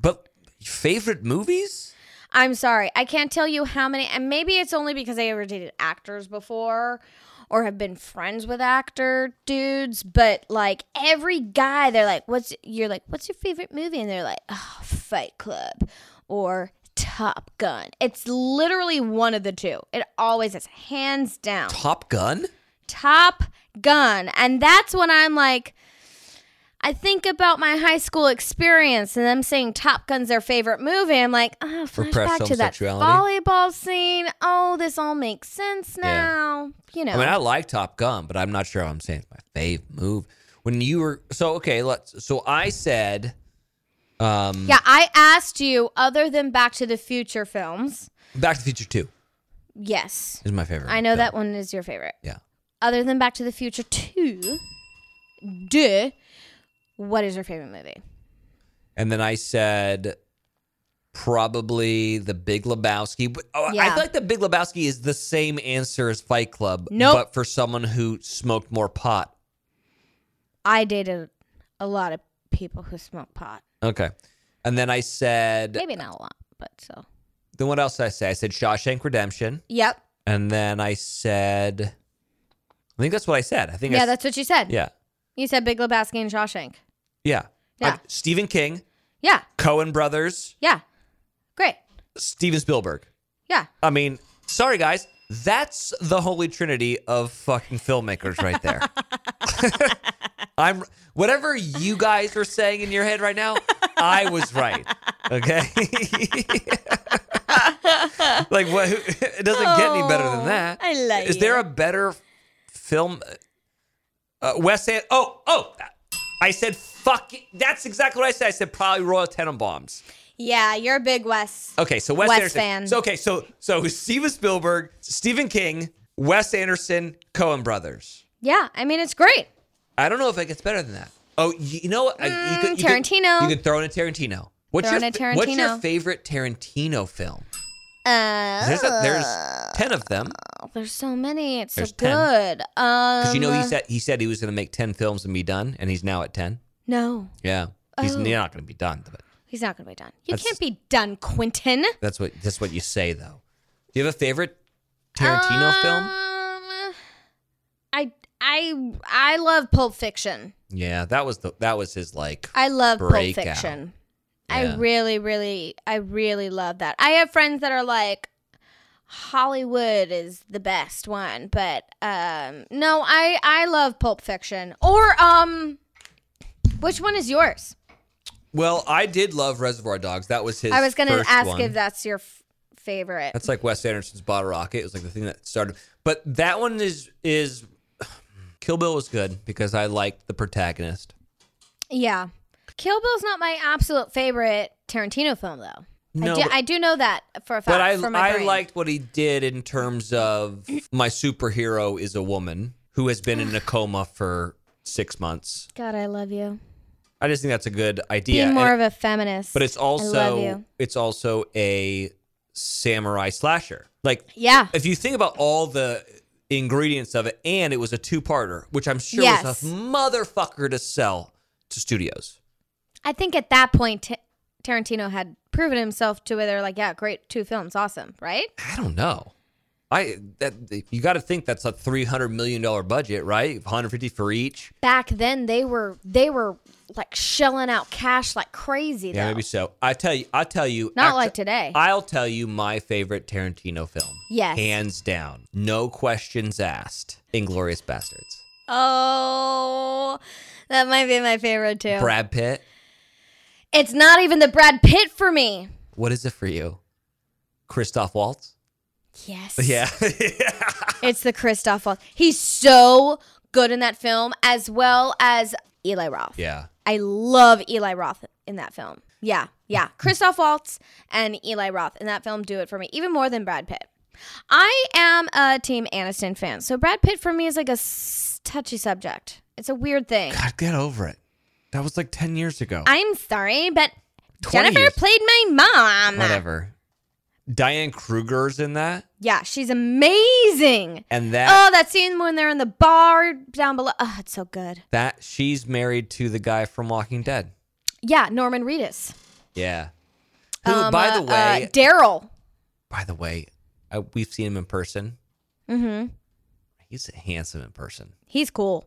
Speaker 1: but favorite movies?
Speaker 2: I'm sorry, I can't tell you how many, and maybe it's only because I ever dated actors before or have been friends with actor dudes, but like every guy, they're like, "What's you're like, what's your favorite movie?" And they're like, "Oh, Fight Club," or. Top Gun. It's literally one of the two. It always is hands down.
Speaker 1: Top Gun?
Speaker 2: Top Gun. And that's when I'm like, I think about my high school experience and them saying Top Gun's their favorite movie. I'm like, oh, flashback to that
Speaker 1: homosexuality.
Speaker 2: volleyball scene. Oh, this all makes sense
Speaker 1: Yeah.
Speaker 2: now. You know.
Speaker 1: I mean, I like Top Gun, but I'm not sure I'm saying it's my fave move. When you were so okay, let's so I said um
Speaker 2: yeah, I asked you, other than Back to the Future films,
Speaker 1: Back to the Future 2
Speaker 2: yes,
Speaker 1: is my favorite.
Speaker 2: I know
Speaker 1: film.
Speaker 2: that one is your favorite.
Speaker 1: Yeah.
Speaker 2: Other than Back to the Future 2, duh, what is your favorite movie?
Speaker 1: And then I said probably the Big Lebowski. But oh, I
Speaker 2: Yeah.
Speaker 1: feel like the Big Lebowski is the same answer as Fight Club,
Speaker 2: Nope.
Speaker 1: but for someone who smoked more pot.
Speaker 2: I dated a lot of people who smoke pot.
Speaker 1: Okay. And then I said
Speaker 2: Maybe not a lot, but so.
Speaker 1: then what else did I say? I said Shawshank Redemption.
Speaker 2: Yep.
Speaker 1: And then I said I think that's what I said. I think I
Speaker 2: Yeah,
Speaker 1: s-
Speaker 2: that's what you said.
Speaker 1: yeah.
Speaker 2: You said Big Lebowski and Shawshank.
Speaker 1: Yeah.
Speaker 2: Yeah.
Speaker 1: Uh, Stephen King,
Speaker 2: Yeah.
Speaker 1: Cohen Brothers,
Speaker 2: Yeah. Great.
Speaker 1: Steven Spielberg.
Speaker 2: Yeah.
Speaker 1: I mean, sorry guys, that's the holy trinity of fucking filmmakers right there. [laughs] I'm Whatever you guys are saying in your head right now, I was right. Okay. [laughs] like what? Who, it doesn't get any better than that.
Speaker 2: Oh, I like
Speaker 1: Is there
Speaker 2: you.
Speaker 1: a better film? Uh, Wes An- Oh, oh! I said fuck. it. That's exactly what I said. I said probably Royal Tenenbaums.
Speaker 2: Yeah, you're a big Wes.
Speaker 1: Okay, so Wes,
Speaker 2: Wes
Speaker 1: Anderson.
Speaker 2: fan.
Speaker 1: So okay, so so Steven Spielberg, Stephen King, Wes Anderson, Cohen brothers.
Speaker 2: Yeah, I mean it's great.
Speaker 1: I don't know if it gets better than that. Oh, you, you know what? I- you
Speaker 2: Mm, Tarantino.
Speaker 1: You could, throw in a Tarantino. What's
Speaker 2: Throw
Speaker 1: your
Speaker 2: in a
Speaker 1: fa- What's your
Speaker 2: Tarantino.
Speaker 1: favorite Tarantino film?
Speaker 2: Uh,
Speaker 1: There's, a, there's ten of them
Speaker 2: there's so many. It's so
Speaker 1: There's 10.
Speaker 2: good. Um,
Speaker 1: because you know he said he said he was going to make ten films and be done, and he's now at ten.
Speaker 2: no.
Speaker 1: Yeah, he's
Speaker 2: Oh.
Speaker 1: not going to be done, but
Speaker 2: He's not going to be done. You
Speaker 1: That's-
Speaker 2: can't be done, Quentin.
Speaker 1: that's what that's what you say though. Do you have a favorite Tarantino film?
Speaker 2: Um, I I I love Pulp Fiction.
Speaker 1: Yeah, that was the that was his like.
Speaker 2: I love
Speaker 1: Breakout.
Speaker 2: Pulp Fiction.
Speaker 1: Yeah.
Speaker 2: I really, really, I really love that. I have friends that are like, Hollywood is the best one, but um, no, I I love Pulp Fiction. Or um, which one is yours?
Speaker 1: Well, I did love Reservoir Dogs. That was his.
Speaker 2: I was gonna
Speaker 1: first
Speaker 2: ask
Speaker 1: one.
Speaker 2: if that's your f- favorite.
Speaker 1: That's like Wes Anderson's Bottle Rocket. It was like the thing that started. But that one is is [sighs] Kill Bill was good because I liked the protagonist.
Speaker 2: yeah, Kill Bill's not my absolute favorite Tarantino film though.
Speaker 1: No,
Speaker 2: I, do,
Speaker 1: but-
Speaker 2: I do know that for a fact.
Speaker 1: But I
Speaker 2: for my
Speaker 1: I
Speaker 2: brain.
Speaker 1: liked what he did in terms of my superhero is a woman who has been
Speaker 2: [sighs]
Speaker 1: in a coma for six months.
Speaker 2: God, I love you.
Speaker 1: I just think that's a good
Speaker 2: Being
Speaker 1: idea.
Speaker 2: more
Speaker 1: And-
Speaker 2: of a feminist.
Speaker 1: but it's also
Speaker 2: you.
Speaker 1: it's also a samurai slasher. Like
Speaker 2: yeah,
Speaker 1: if you think about all the ingredients of it, and it was a two-parter, which I'm sure
Speaker 2: Yes.
Speaker 1: was a motherfucker to sell to studios.
Speaker 2: I think at that point Ta- Tarantino had proven himself to where they're like, yeah, great, two films, awesome, right?
Speaker 1: I don't know. I that you got to think that's a three hundred million dollar budget, right? One hundred fifty for each.
Speaker 2: Back then they were they were like shelling out cash like crazy.
Speaker 1: Yeah,
Speaker 2: though.
Speaker 1: maybe so. I tell you, I tell you,
Speaker 2: Not
Speaker 1: actu-
Speaker 2: like today.
Speaker 1: I'll tell you my favorite Tarantino film.
Speaker 2: Yes.
Speaker 1: hands down, no questions asked. Inglorious Bastards.
Speaker 2: oh, that might be my favorite too.
Speaker 1: Brad Pitt.
Speaker 2: it's not even the Brad Pitt for me.
Speaker 1: What is it for you? Christoph Waltz. [laughs]
Speaker 2: Yes.
Speaker 1: Yeah. [laughs]
Speaker 2: It's the Christoph Waltz. He's so good in that film, as well as Eli Roth.
Speaker 1: yeah.
Speaker 2: I love Eli Roth in that film. Yeah, yeah. Christoph Waltz and Eli Roth in that film do it for me, even more than Brad Pitt. I am a Team Aniston fan, so Brad Pitt for me is like a s- touchy subject. It's a weird thing.
Speaker 1: God, get over it. That was like ten years ago.
Speaker 2: I'm sorry, but
Speaker 1: 20
Speaker 2: Jennifer
Speaker 1: years.
Speaker 2: played my mom.
Speaker 1: Whatever. Diane Kruger's in that,
Speaker 2: Yeah, she's amazing.
Speaker 1: and that.
Speaker 2: oh, that scene when they're in the bar down below. Oh, it's so good.
Speaker 1: That she's married to the guy from Walking Dead.
Speaker 2: Yeah, Norman Reedus.
Speaker 1: Yeah. Who,
Speaker 2: Um,
Speaker 1: by
Speaker 2: uh,
Speaker 1: the way,
Speaker 2: uh, Daryl.
Speaker 1: by the way, I, we've seen him in person.
Speaker 2: hmm
Speaker 1: He's handsome in person.
Speaker 2: He's cool.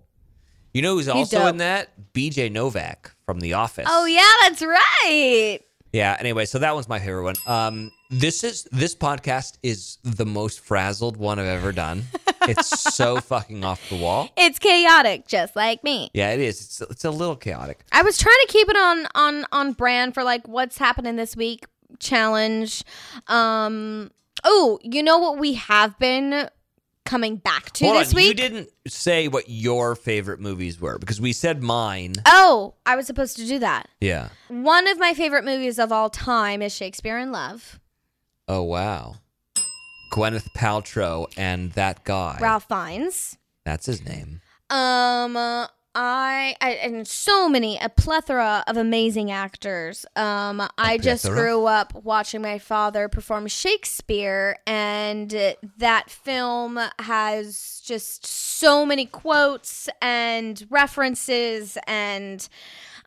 Speaker 1: You know who's
Speaker 2: He's
Speaker 1: also
Speaker 2: dope.
Speaker 1: in that? B.J. Novak from The Office.
Speaker 2: Oh yeah, that's right.
Speaker 1: Yeah. Anyway, so that one's my favorite one. Um, this is this podcast is the most frazzled one I've ever [laughs] done. it's so fucking off the wall.
Speaker 2: It's chaotic, just like me.
Speaker 1: Yeah, it is. It's, it's a little chaotic.
Speaker 2: I was trying to keep it on on on brand for like what's happening this week challenge. Um oh, you know what we have been coming back to
Speaker 1: Hold
Speaker 2: this
Speaker 1: on,
Speaker 2: week?
Speaker 1: you didn't say what your favorite movies were because we said mine.
Speaker 2: oh, I was supposed to do that.
Speaker 1: Yeah.
Speaker 2: One of my favorite movies of all time is Shakespeare in Love.
Speaker 1: Oh wow. Gwyneth Paltrow and that guy.
Speaker 2: Ralph Fiennes.
Speaker 1: That's his name.
Speaker 2: Um, uh, I, I and so many a plethora of amazing actors. Um, I just
Speaker 1: plethora?
Speaker 2: grew up watching my father perform Shakespeare, and uh, that film has just so many quotes and references, and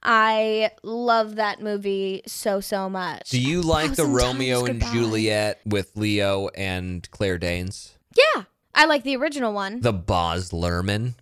Speaker 2: I love that movie so so much.
Speaker 1: Do you like the
Speaker 2: thousand
Speaker 1: Romeo
Speaker 2: times
Speaker 1: and
Speaker 2: goodbye.
Speaker 1: Juliet with Leo and Claire Danes?
Speaker 2: yeah, I like the original one.
Speaker 1: The Boz Lerman.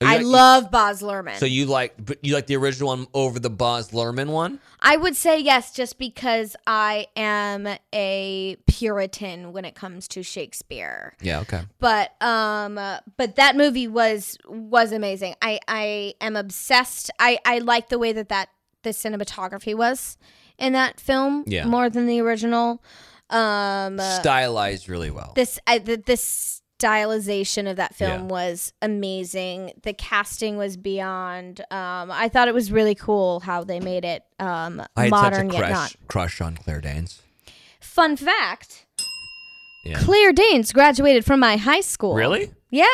Speaker 1: Oh, you
Speaker 2: I
Speaker 1: like-
Speaker 2: love Boz Lerman.
Speaker 1: So you like, but you like the original one over the Boz Lerman one?
Speaker 2: I would say yes, just because I am a Puritan when it comes to Shakespeare.
Speaker 1: Yeah. Okay.
Speaker 2: But um, uh, but that movie was was amazing. I I am obsessed. I I like the way that that the cinematography was in that film
Speaker 1: Yeah.
Speaker 2: more than the original. Um, uh,
Speaker 1: Stylized really well.
Speaker 2: this I, the, this stylization of that film
Speaker 1: Yeah.
Speaker 2: was amazing the casting was beyond um i thought it was really cool how they made it um
Speaker 1: I had
Speaker 2: modern
Speaker 1: such a
Speaker 2: yet not
Speaker 1: crush, crush on Claire Danes.
Speaker 2: fun fact
Speaker 1: Yeah.
Speaker 2: claire danes graduated from my high school
Speaker 1: Really?
Speaker 2: yeah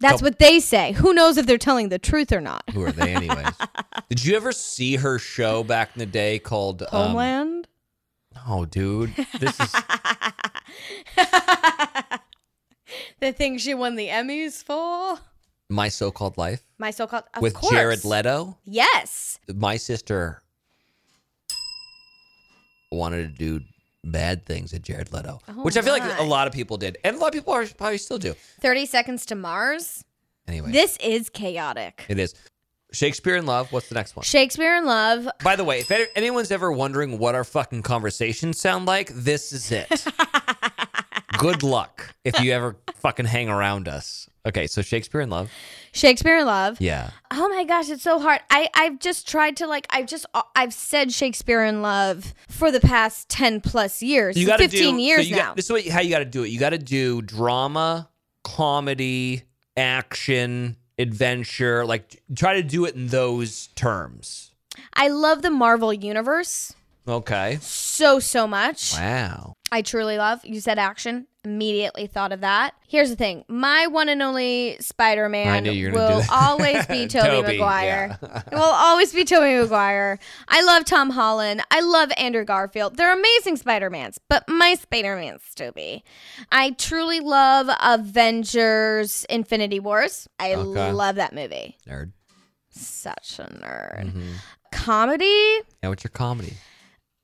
Speaker 2: that's
Speaker 1: Couple-
Speaker 2: what they say who knows if they're telling the truth or not
Speaker 1: Who are they,
Speaker 2: [laughs]
Speaker 1: anyways? Did you ever see her show back in the day called um,
Speaker 2: homeland
Speaker 1: Oh, dude, this is
Speaker 2: [laughs] the thing she won the emmys for
Speaker 1: my so-called life
Speaker 2: my so-called of
Speaker 1: with
Speaker 2: course.
Speaker 1: Jared Leto.
Speaker 2: yes
Speaker 1: My sister wanted to do bad things at Jared Leto,
Speaker 2: Oh
Speaker 1: which I feel like
Speaker 2: my.
Speaker 1: a lot of people did, and a lot of people are, probably still do.
Speaker 2: 30 Seconds to Mars.
Speaker 1: Anyway,
Speaker 2: This is chaotic.
Speaker 1: it is Shakespeare in Love. What's the next one?
Speaker 2: Shakespeare in Love.
Speaker 1: By the way, if anyone's ever wondering what our fucking conversations sound like, this is
Speaker 2: [laughs]
Speaker 1: it. Good luck if you ever fucking hang around us. Okay, so Shakespeare in Love.
Speaker 2: Shakespeare in Love.
Speaker 1: Yeah.
Speaker 2: Oh my gosh, it's so hard. I I've just tried to like I've just uh, I've said Shakespeare in Love for the past 10 plus years.
Speaker 1: You got
Speaker 2: 15
Speaker 1: do,
Speaker 2: years
Speaker 1: so you
Speaker 2: now.
Speaker 1: Got, this is what, how you got to do it. You got to do drama, comedy, action, adventure. Like try to do it in those terms.
Speaker 2: I love the Marvel universe
Speaker 1: Okay.
Speaker 2: so so much.
Speaker 1: Wow.
Speaker 2: I truly love. You said action. Immediately thought of that. Here's the thing. My one and only
Speaker 1: I
Speaker 2: Spider-Man
Speaker 1: knew you were gonna do
Speaker 2: will
Speaker 1: that.
Speaker 2: always
Speaker 1: [laughs]
Speaker 2: be Tobey
Speaker 1: Toby,
Speaker 2: Maguire.
Speaker 1: yeah.
Speaker 2: it will always be Tobey Maguire. I love Tom Holland. I love Andrew Garfield. They're amazing Spider-Mans, but my Spider-Man's Tobey. I truly love Avengers Infinity Wars. I
Speaker 1: Okay.
Speaker 2: love that movie.
Speaker 1: Nerd.
Speaker 2: Such a nerd.
Speaker 1: Mm-hmm.
Speaker 2: Comedy?
Speaker 1: Now what's your comedy?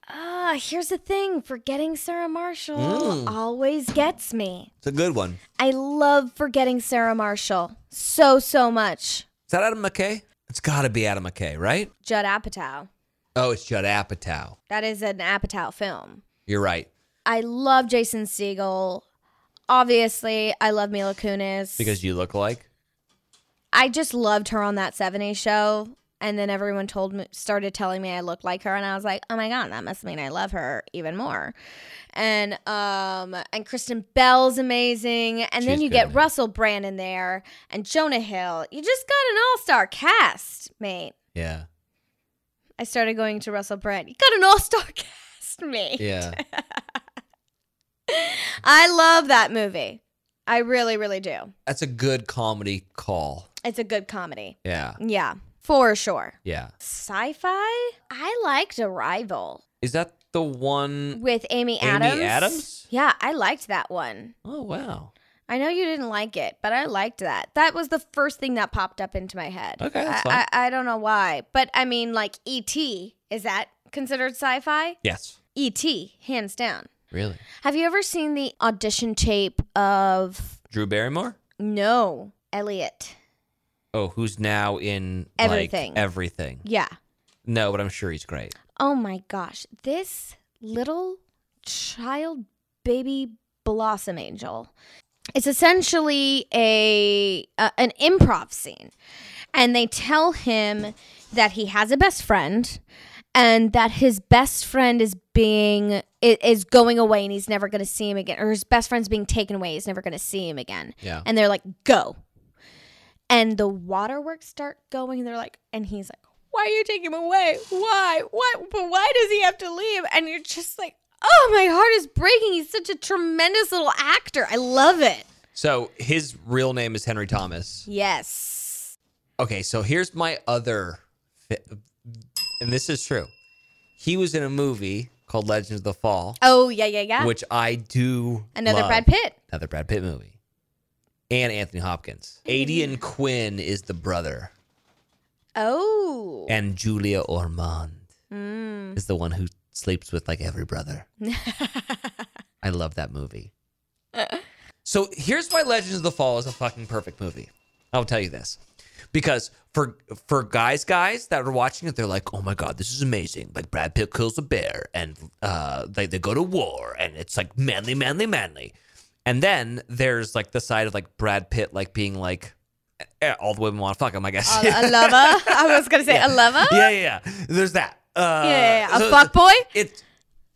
Speaker 2: Ah, here's the thing. Forgetting Sarah Marshall always gets me.
Speaker 1: It's a good one.
Speaker 2: I love forgetting Sarah Marshall so so much.
Speaker 1: Is that Adam McKay? It's got to be Adam McKay, right?
Speaker 2: Judd Apatow.
Speaker 1: Oh, it's Judd Apatow.
Speaker 2: That is an Apatow film.
Speaker 1: You're right.
Speaker 2: I love Jason Segel. Obviously, I love Mila Kunis
Speaker 1: Because you look like.
Speaker 2: I just loved her on that 70s show. And then everyone told me, started telling me I looked like her, and I was like, "Oh my god, that must mean I love her even more." And um, and Kristen Bell's amazing, and then
Speaker 1: She's
Speaker 2: you
Speaker 1: good in
Speaker 2: get
Speaker 1: it.
Speaker 2: Russell Brand in there, and Jonah Hill. You just got an all star cast, mate.
Speaker 1: Yeah.
Speaker 2: I started going to Russell Brand. You got an all star [laughs] cast, mate.
Speaker 1: Yeah.
Speaker 2: I love that movie. I really, really do.
Speaker 1: That's a good comedy call.
Speaker 2: It's a good comedy.
Speaker 1: Yeah.
Speaker 2: Yeah, for sure.
Speaker 1: Yeah.
Speaker 2: Sci-fi? I liked Arrival
Speaker 1: Is that the one?
Speaker 2: with Amy
Speaker 1: Mm. Amy
Speaker 2: Adams.
Speaker 1: Adams?
Speaker 2: Yeah, I liked that one.
Speaker 1: Oh, wow.
Speaker 2: I know you didn't like it, but I liked that. That was the first thing that popped up into my head.
Speaker 1: Okay, that's
Speaker 2: I, I, I don't know why, but I mean, like E.T. Is that considered sci-fi?
Speaker 1: Yes.
Speaker 2: E.T. Hands down.
Speaker 1: Really?
Speaker 2: Have you ever seen the audition tape of
Speaker 1: Drew Barrymore?
Speaker 2: No Elliot?
Speaker 1: Oh, who's now in
Speaker 2: Everything.
Speaker 1: Like, everything.
Speaker 2: Yeah.
Speaker 1: No, but I'm sure he's great.
Speaker 2: Oh my gosh, this little child baby blossom angel. It's essentially a, a an improv scene. And they tell him that he has a best friend and that his best friend is being i- is going away and he's never going to see him again or his best friend's being taken away, he's never going to see him again.
Speaker 1: Yeah.
Speaker 2: And they're like, "Go." and the waterworks start going and they're like and he's like why are you taking him away why what but why does he have to leave and you're just like oh my heart is breaking he's such a tremendous little actor i love it
Speaker 1: So his real name is Henry Thomas.
Speaker 2: yes
Speaker 1: Okay, so here's my other, fi- and this is true. He was in a movie called Legends of the Fall,
Speaker 2: oh yeah yeah yeah
Speaker 1: which I do
Speaker 2: another
Speaker 1: love.
Speaker 2: brad pitt
Speaker 1: another Brad Pitt movie, and Anthony Hopkins. Adian Quinn is the brother,
Speaker 2: oh
Speaker 1: and Julia Ormond [laughs]
Speaker 2: Mm.
Speaker 1: is the one who sleeps with like every
Speaker 2: [laughs]
Speaker 1: brother. I love that movie.
Speaker 2: Uh-uh.
Speaker 1: so here's why Legends of the Fall is a fucking perfect movie. I'll tell you this. because for for guys, guys that are watching it, they're like, "Oh my god, this is amazing!" Like Brad Pitt kills a bear, and uh, they they go to war, and it's like manly, manly, manly. And then there's like the side of like Brad Pitt like being like eh, all the women want to fuck him. I guess.
Speaker 2: A, a lover. I was gonna say a lover.
Speaker 1: [laughs] yeah, yeah, yeah. There's that. Uh,
Speaker 2: Yeah, yeah, yeah. a
Speaker 1: so-
Speaker 2: fuck boy,
Speaker 1: It's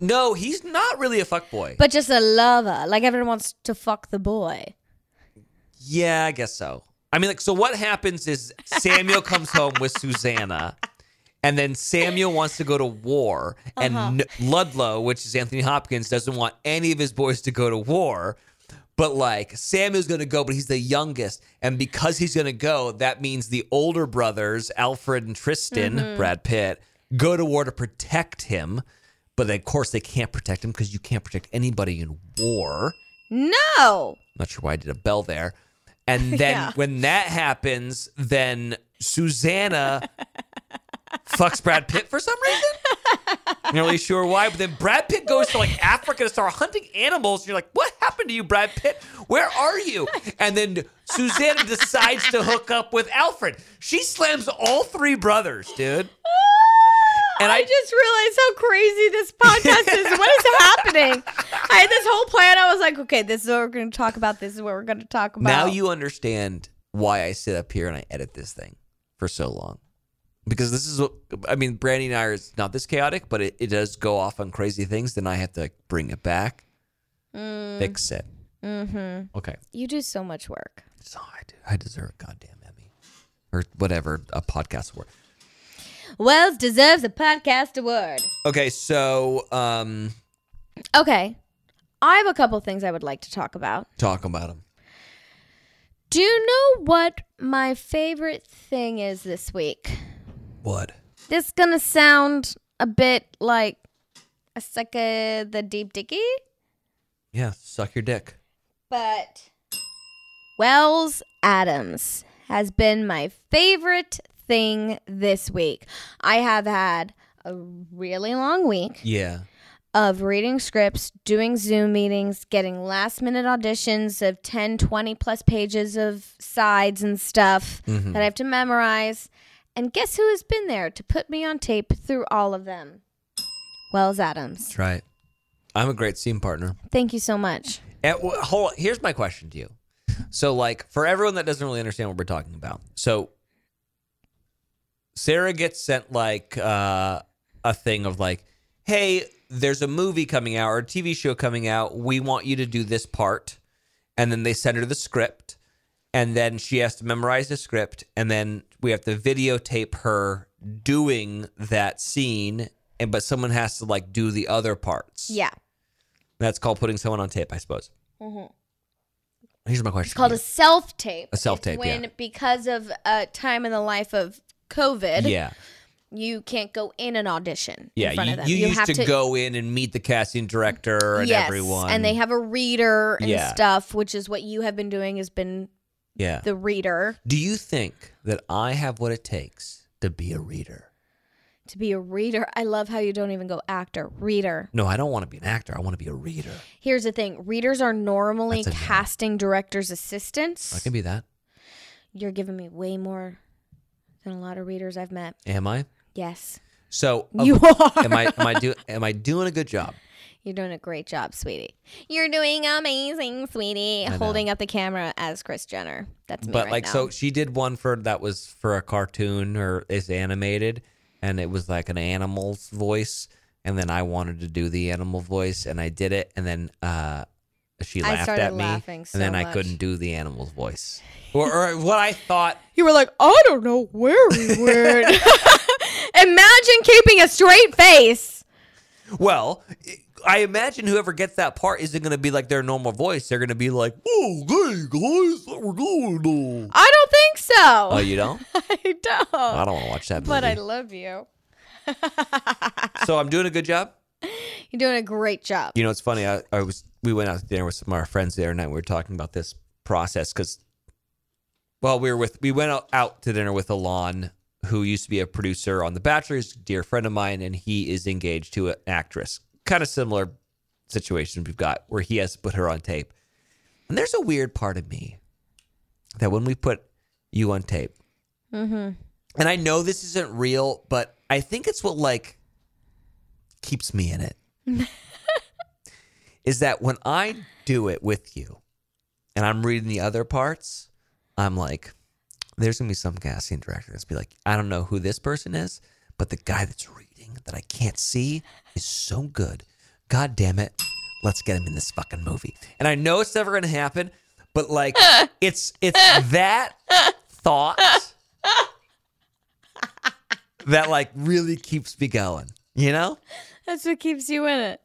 Speaker 1: no, he's not really a fuck boy.
Speaker 2: but just a lover. Like everyone wants to fuck the boy.
Speaker 1: Yeah, I guess so. I mean, like, so what happens is Samuel comes home with Susanna, and then Samuel wants to go to war, and n- Ludlow, which is Anthony Hopkins, doesn't want any of his boys to go to war. But like Samuel's gonna go, but he's the youngest, and because he's gonna go, that means the older brothers, Alfred and Tristan, Brad Pitt, go to war to protect him. But of course, they can't protect him because you can't protect anybody in war.
Speaker 2: No.
Speaker 1: Not sure why I did a bell there. And then
Speaker 2: Yeah.
Speaker 1: when that happens, then Susanna fucks Brad Pitt for some reason. Not really sure why, but then Brad Pitt goes to like Africa to start hunting animals. You're like, what happened to you, Brad Pitt? Where are you? And then Susanna decides to hook up with Alfred. She slams all three brothers, dude. And
Speaker 2: Ah, I
Speaker 1: I,
Speaker 2: just realized how crazy this podcast is. What is
Speaker 1: [laughs]
Speaker 2: happening? I had this whole plan. I was like, okay, this is what we're going to talk about. This is what we're going to talk about.
Speaker 1: Now you understand why I sit up here and I edit this thing for so long. Because this is what I mean, Brandy and I are it's not this chaotic, but it, it does go off on crazy things. Then I have to bring it back, fix it. Mm-hmm. Okay.
Speaker 2: you do so much work.
Speaker 1: So I, do, I deserve a goddamn Emmy or whatever a podcast award.
Speaker 2: Wells deserves a podcast award.
Speaker 1: Okay. So, um,
Speaker 2: Okay, I have a couple things I would like to talk about.
Speaker 1: talk about them.
Speaker 2: Do you know what my favorite thing is this week?
Speaker 1: What?
Speaker 2: This is gonna sound a bit like a sucker the deep dicky,
Speaker 1: Yeah. Suck your dick.
Speaker 2: but Wells Adams has been my favorite thing this week. I have had a really long week
Speaker 1: Yeah.
Speaker 2: of reading scripts, doing Zoom meetings, getting last minute auditions of 10, 20 plus pages of sides and stuff that I have to memorize. And guess who has been there to put me on tape through all of them? Wells Adams.
Speaker 1: Try it. I'm a great scene partner.
Speaker 2: Thank you so much.
Speaker 1: And, wh- hold, here's my question to you. So, like, for everyone that doesn't really understand what we're talking about, so Sarah gets sent like uh, a thing of like, "Hey, there's a movie coming out or a TV show coming out. We want you to do this part," and then they send her the script, and then she has to memorize the script, and then we have to videotape her doing that scene, and but someone has to like do the other parts.
Speaker 2: Yeah.
Speaker 1: That's called putting someone on tape, I suppose. Here's my question.
Speaker 2: Mm-hmm. It's called
Speaker 1: for
Speaker 2: a self tape.
Speaker 1: A self-tape,
Speaker 2: It's When,
Speaker 1: yeah.
Speaker 2: because of a time in the life of COVID,
Speaker 1: you. yeah,
Speaker 2: you can't go in an audition.
Speaker 1: yeah.
Speaker 2: In front
Speaker 1: You,
Speaker 2: of them.
Speaker 1: you used to, go in and meet the casting director and
Speaker 2: yes,
Speaker 1: everyone,
Speaker 2: And they have a reader and
Speaker 1: Yeah.
Speaker 2: stuff, which is what you have been doing has been
Speaker 1: yeah.
Speaker 2: the reader
Speaker 1: Do you think that I have what it takes to be a reader?
Speaker 2: to be a reader. I love how you don't even go actor, reader.
Speaker 1: No, I don't want to be an actor. I want to be a reader.
Speaker 2: Here's the thing readers are normally
Speaker 1: That's a no.
Speaker 2: casting directors' assistants.
Speaker 1: I can be that.
Speaker 2: You're giving me way more than a lot of readers I've met.
Speaker 1: Am I?
Speaker 2: Yes,
Speaker 1: So
Speaker 2: you are.
Speaker 1: Oh, am I? Am I do? Am I doing a good job?
Speaker 2: You're doing a great job, sweetie. You're doing amazing, sweetie.
Speaker 1: know.
Speaker 2: Holding up the camera as Chris Jenner. That's me
Speaker 1: but
Speaker 2: right
Speaker 1: like
Speaker 2: now.
Speaker 1: so she did one for that was for a cartoon or is animated and it was like an animal's voice and then i wanted to do the animal voice and i did it and then uh she
Speaker 2: I
Speaker 1: laughed
Speaker 2: started
Speaker 1: at me
Speaker 2: laughing so
Speaker 1: and then i
Speaker 2: much.
Speaker 1: couldn't do the animal's voice or, or what i thought
Speaker 2: [laughs] You were like, I don't know where
Speaker 1: [laughs]
Speaker 2: we were. [laughs] Imagine keeping a straight face.
Speaker 1: well i imagine whoever gets that part isn't going to be like their normal voice they're going to be like oh hey guys what we're going on
Speaker 2: I don't think [laughs] so.
Speaker 1: oh you don't
Speaker 2: I don't.
Speaker 1: i don't want to watch that movie.
Speaker 2: [laughs] but I love you.
Speaker 1: so i'm doing a good job
Speaker 2: You're doing a great job.
Speaker 1: You know, it's funny. I, I was we went out to dinner with some of our friends the other night. We were talking about this process because, well, we were with we went out, out to dinner with Alon, who used to be a producer on The Bachelor. He's a dear friend of mine, and he is engaged to an actress. Kind of similar situation we've got where he has to put her on tape. And there's a weird part of me that when we put you on tape,
Speaker 2: Mm-hmm.
Speaker 1: and I know this isn't real, but I think it's what like keeps me in it. is that when I do it with you and I'm reading the other parts, I'm like, there's gonna be some casting director that's be like, I don't know who this person is, but the guy that's reading that I can't see is so good. God damn it. Let's get him in this fucking movie. And I know it's never gonna happen, but like it's it's that thought that like really keeps me going. You know?
Speaker 2: That's what keeps you in it.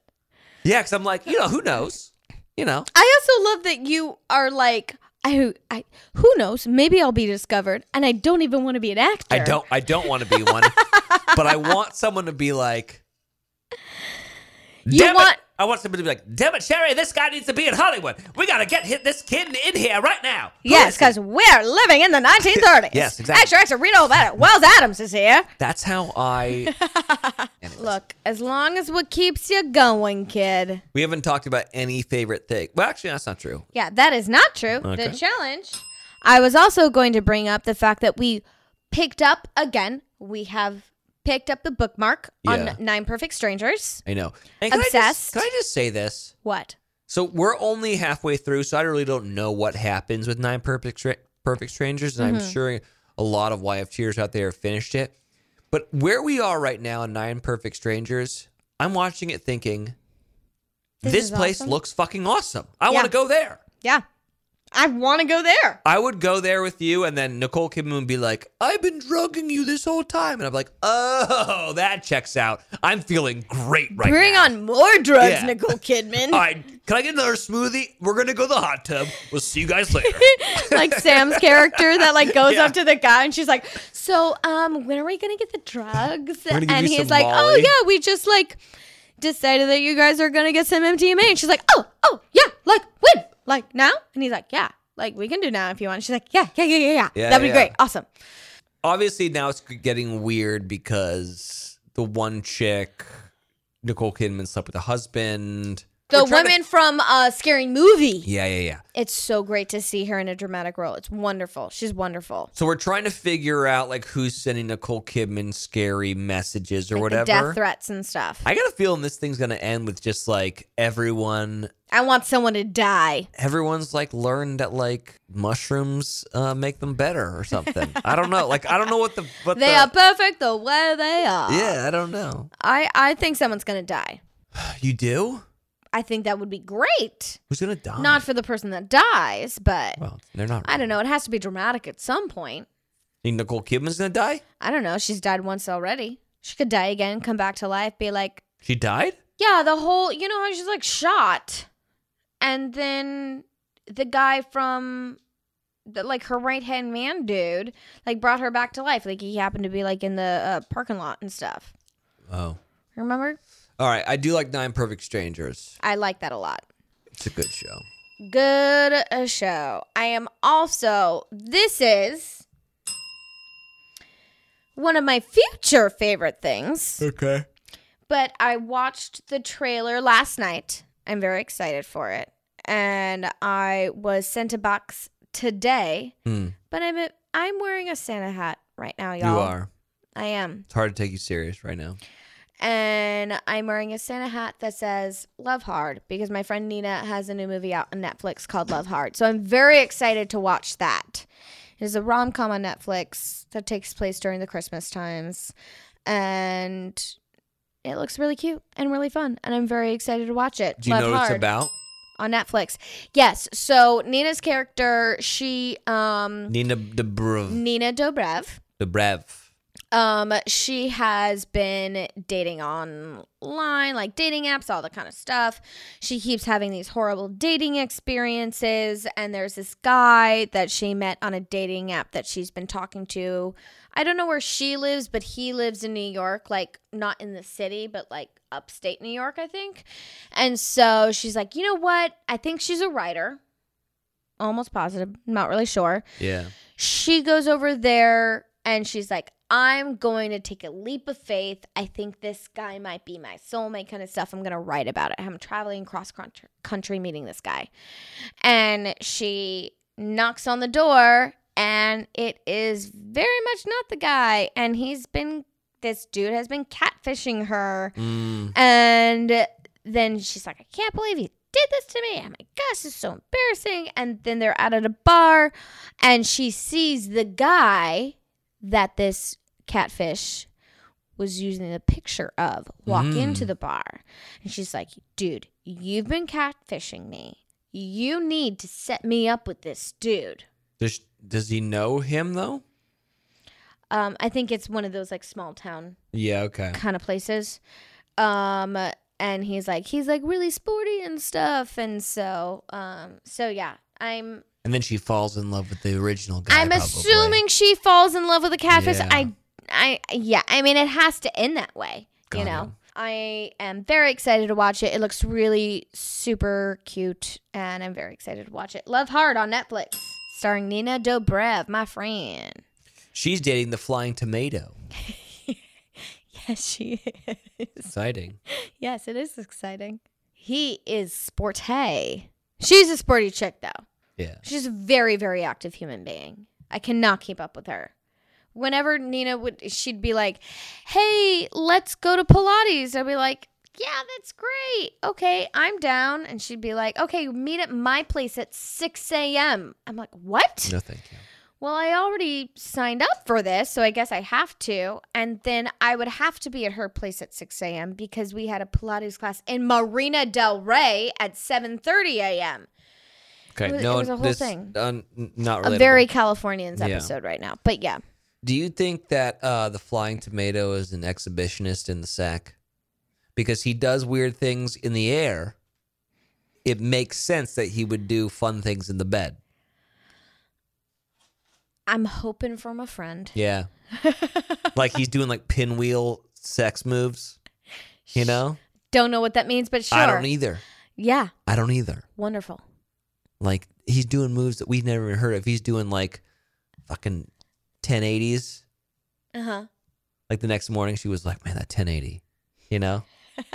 Speaker 1: Yeah, because I'm like, you know, who knows? You know,
Speaker 2: I also love that you are like, I, I, who knows? Maybe I'll be discovered, and I don't even want to be an actor.
Speaker 1: I don't, I don't want to be
Speaker 2: [laughs]
Speaker 1: one, but I want someone to be like,
Speaker 2: You
Speaker 1: damn
Speaker 2: want-
Speaker 1: it. I want somebody to be like, damn it, Sherry, this guy needs to be in Hollywood. We gotta get hit this kid in here right now. Who
Speaker 2: Yes,
Speaker 1: is he?"
Speaker 2: because we're living in the 1930s.
Speaker 1: [laughs] Yes, exactly.
Speaker 2: Extra, extra, read all about it. Wells Adams is here.
Speaker 1: that's how
Speaker 2: [laughs]
Speaker 1: I. Anyways,
Speaker 2: Look, as long as what keeps you going, kid.
Speaker 1: we haven't talked about any favorite thing. Well, actually, that's not true.
Speaker 2: Yeah, that is not true.
Speaker 1: Okay.
Speaker 2: The challenge. I was also going to bring up the fact that we picked up again. We have picked up the bookmark
Speaker 1: Yeah.
Speaker 2: on Nine Perfect Strangers.
Speaker 1: I know. And can I just-
Speaker 2: Obsessed.
Speaker 1: can I just say this?
Speaker 2: What?
Speaker 1: So we're only halfway through, so I really don't know what happens with Nine Perfect Stra- Perfect Strangers, and
Speaker 2: Mm-hmm.
Speaker 1: I'm sure a lot of YF cheers out there have finished it. But where we are right now, in Nine Perfect Strangers, I'm watching it thinking, this,
Speaker 2: This is
Speaker 1: place
Speaker 2: awesome."
Speaker 1: looks fucking awesome. I
Speaker 2: Yeah.
Speaker 1: want to go there.
Speaker 2: Yeah, I want to go there.
Speaker 1: I would go there with you, and then Nicole Kidman would be like, "I've been drugging you this whole time," and I'm like, "Oh, [laughs] that checks out. I'm feeling great right now."
Speaker 2: Bring on more drugs,
Speaker 1: Yeah.
Speaker 2: Nicole
Speaker 1: [laughs]
Speaker 2: Kidman.
Speaker 1: All right, can I get another smoothie? We're gonna go to the hot tub. We'll see you guys
Speaker 2: [laughs]
Speaker 1: later.
Speaker 2: like Sam's character that like goes
Speaker 1: Yeah.
Speaker 2: up to the guy and she's like, "So, um, when are we gonna get the drugs?"
Speaker 1: gonna
Speaker 2: And
Speaker 1: give you some
Speaker 2: he's like, "Oh
Speaker 1: Molly."
Speaker 2: yeah, we just like decided that you guys are gonna get some MDMA." And she's like, "Oh, oh yeah, like when? Like now?" And he's like, "Yeah, like we can do now if you want." And she's like, "Yeah, yeah, yeah, yeah, yeah.
Speaker 1: Yeah,
Speaker 2: That'd be
Speaker 1: yeah.
Speaker 2: great, awesome."
Speaker 1: obviously now it's getting weird because the one chick Nicole Kidman slept with the husband.
Speaker 2: The
Speaker 1: We're trying to-
Speaker 2: woman from uh, Scary Movie.
Speaker 1: yeah, yeah, yeah.
Speaker 2: It's so great to see her in a dramatic role. It's wonderful. She's wonderful.
Speaker 1: So we're trying to figure out like who's sending Nicole Kidman scary messages or
Speaker 2: Like, the
Speaker 1: whatever.
Speaker 2: death threats and stuff. I,
Speaker 1: I got a feeling this thing's gonna end with just like everyone
Speaker 2: want someone to die.
Speaker 1: everyone's like learned that like mushrooms uh, make them better or something. I don't know. Like I don't know what the what
Speaker 2: They
Speaker 1: the,
Speaker 2: are perfect the way they are.
Speaker 1: Yeah, I don't know.
Speaker 2: I I think someone's gonna die.
Speaker 1: You do?
Speaker 2: I think that would be great.
Speaker 1: Who's gonna die?
Speaker 2: Not for the person that dies, but
Speaker 1: well, they're not
Speaker 2: I don't know. It has to be dramatic at some point.
Speaker 1: You think Nicole Kidman's gonna die?
Speaker 2: I don't know. She's died once already. She could die again, come back to life, be like,
Speaker 1: She died?
Speaker 2: yeah, the whole, you know how she's like shot, and then the guy from, the, like her right hand man dude, like brought her back to life. Like he happened to be like in the uh, parking lot and stuff.
Speaker 1: Oh.
Speaker 2: Remember?
Speaker 1: All right, I do like Nine Perfect Strangers.
Speaker 2: I like that a lot.
Speaker 1: It's a good show.
Speaker 2: Good uh, show. I am also, this is one of my future favorite things,
Speaker 1: Okay.
Speaker 2: but I watched the trailer last night. I'm very excited for it. And I was sent a box today, but I'm a, I'm wearing a Santa hat right now,
Speaker 1: Hmm. You
Speaker 2: y'all.
Speaker 1: are.
Speaker 2: I am.
Speaker 1: It's hard to take you serious right now.
Speaker 2: And I'm wearing a Santa hat that says Love Hard because my friend Nina has a new movie out on Netflix called Love Hard. So I'm very excited to watch that. It is a rom com on Netflix that takes place during the Christmas times. And it looks really cute and really fun. And I'm very excited to watch it.
Speaker 1: Do you
Speaker 2: Love
Speaker 1: know what it's
Speaker 2: Hard
Speaker 1: about?
Speaker 2: on Netflix. Yes. So Nina's character, she, um,
Speaker 1: Nina Dobrev.
Speaker 2: Nina Dobrev,
Speaker 1: Dobrev.
Speaker 2: um, she has been dating online, like dating apps, all that kind of stuff. She keeps having these horrible dating experiences, and there's this guy that she met on a dating app that she's been talking to. I don't know where she lives, but he lives in New York, like not in the city, but like upstate New York, I think. And so she's like, you know what? I think she's a writer. Almost positive, not really sure
Speaker 1: Yeah.
Speaker 2: she goes over there and she's like, I'm going to take a leap of faith. I think this guy might be my soulmate, kind of stuff. I'm going to write about it. I'm traveling cross country, country meeting this guy. And she knocks on the door and it is very much not the guy. And he's been, this dude has been catfishing her.
Speaker 1: Mm.
Speaker 2: And then she's like, I can't believe he did this to me. Oh my gosh, it's so embarrassing. And then they're out at a bar and she sees the guy that this catfish was using the picture of walk into the bar. And she's like, dude, you've been catfishing me. You need to set me up with this dude.
Speaker 1: Does does he know him though?
Speaker 2: Um, I think it's one of those like small town
Speaker 1: Yeah. Okay.
Speaker 2: kind of places. Um, and he's like, he's like really sporty and stuff. And so, um, so yeah, I'm,
Speaker 1: And then she falls in love with the original guy.
Speaker 2: I'm
Speaker 1: probably.
Speaker 2: assuming she falls in love with a catfish.
Speaker 1: Yeah.
Speaker 2: I, I, yeah, I mean, it has to end that way, you
Speaker 1: Got
Speaker 2: know? I am very excited to watch it. It looks really super cute, and I'm very excited to watch it. Love Hard on Netflix, starring Nina Dobrev, my friend. [laughs]
Speaker 1: she's dating the flying tomato.
Speaker 2: Yes, she is.
Speaker 1: Exciting.
Speaker 2: Yes, it is exciting. He is sporty. She's a sporty chick, though.
Speaker 1: Yeah.
Speaker 2: She's a very, very active human being. I cannot keep up with her. Whenever Nina would, she'd be like, hey, let's go to Pilates. I'd be like, yeah, that's great. Okay, I'm down. And she'd be like, okay, meet at my place at 6 a.m. I'm like, what?
Speaker 1: No, thank you.
Speaker 2: Well, I already signed up for this, so I guess I have to. And then I would have to be at her place at 6 a.m. because we had a Pilates class in Marina Del Rey at 7:30 a.m.
Speaker 1: Okay.
Speaker 2: It was-
Speaker 1: no,
Speaker 2: it was a whole
Speaker 1: this,
Speaker 2: thing.
Speaker 1: un- not
Speaker 2: A
Speaker 1: relatable.
Speaker 2: very Californians
Speaker 1: Yeah.
Speaker 2: episode right now, but yeah,
Speaker 1: Do you think that uh, the flying tomato is an exhibitionist in the sack? Because he does weird things in the air. It makes sense that he would do fun things in the bed.
Speaker 2: I'm hoping from a friend.
Speaker 1: Yeah. like he's doing like pinwheel sex moves. You know?
Speaker 2: Don't know what that means, but sure.
Speaker 1: I don't either.
Speaker 2: yeah,
Speaker 1: I don't either.
Speaker 2: wonderful.
Speaker 1: Like he's doing moves that we've never even heard of. He's doing like fucking 1080s.
Speaker 2: Uh huh.
Speaker 1: Like the next morning she was like, "Man, that 1080." You know?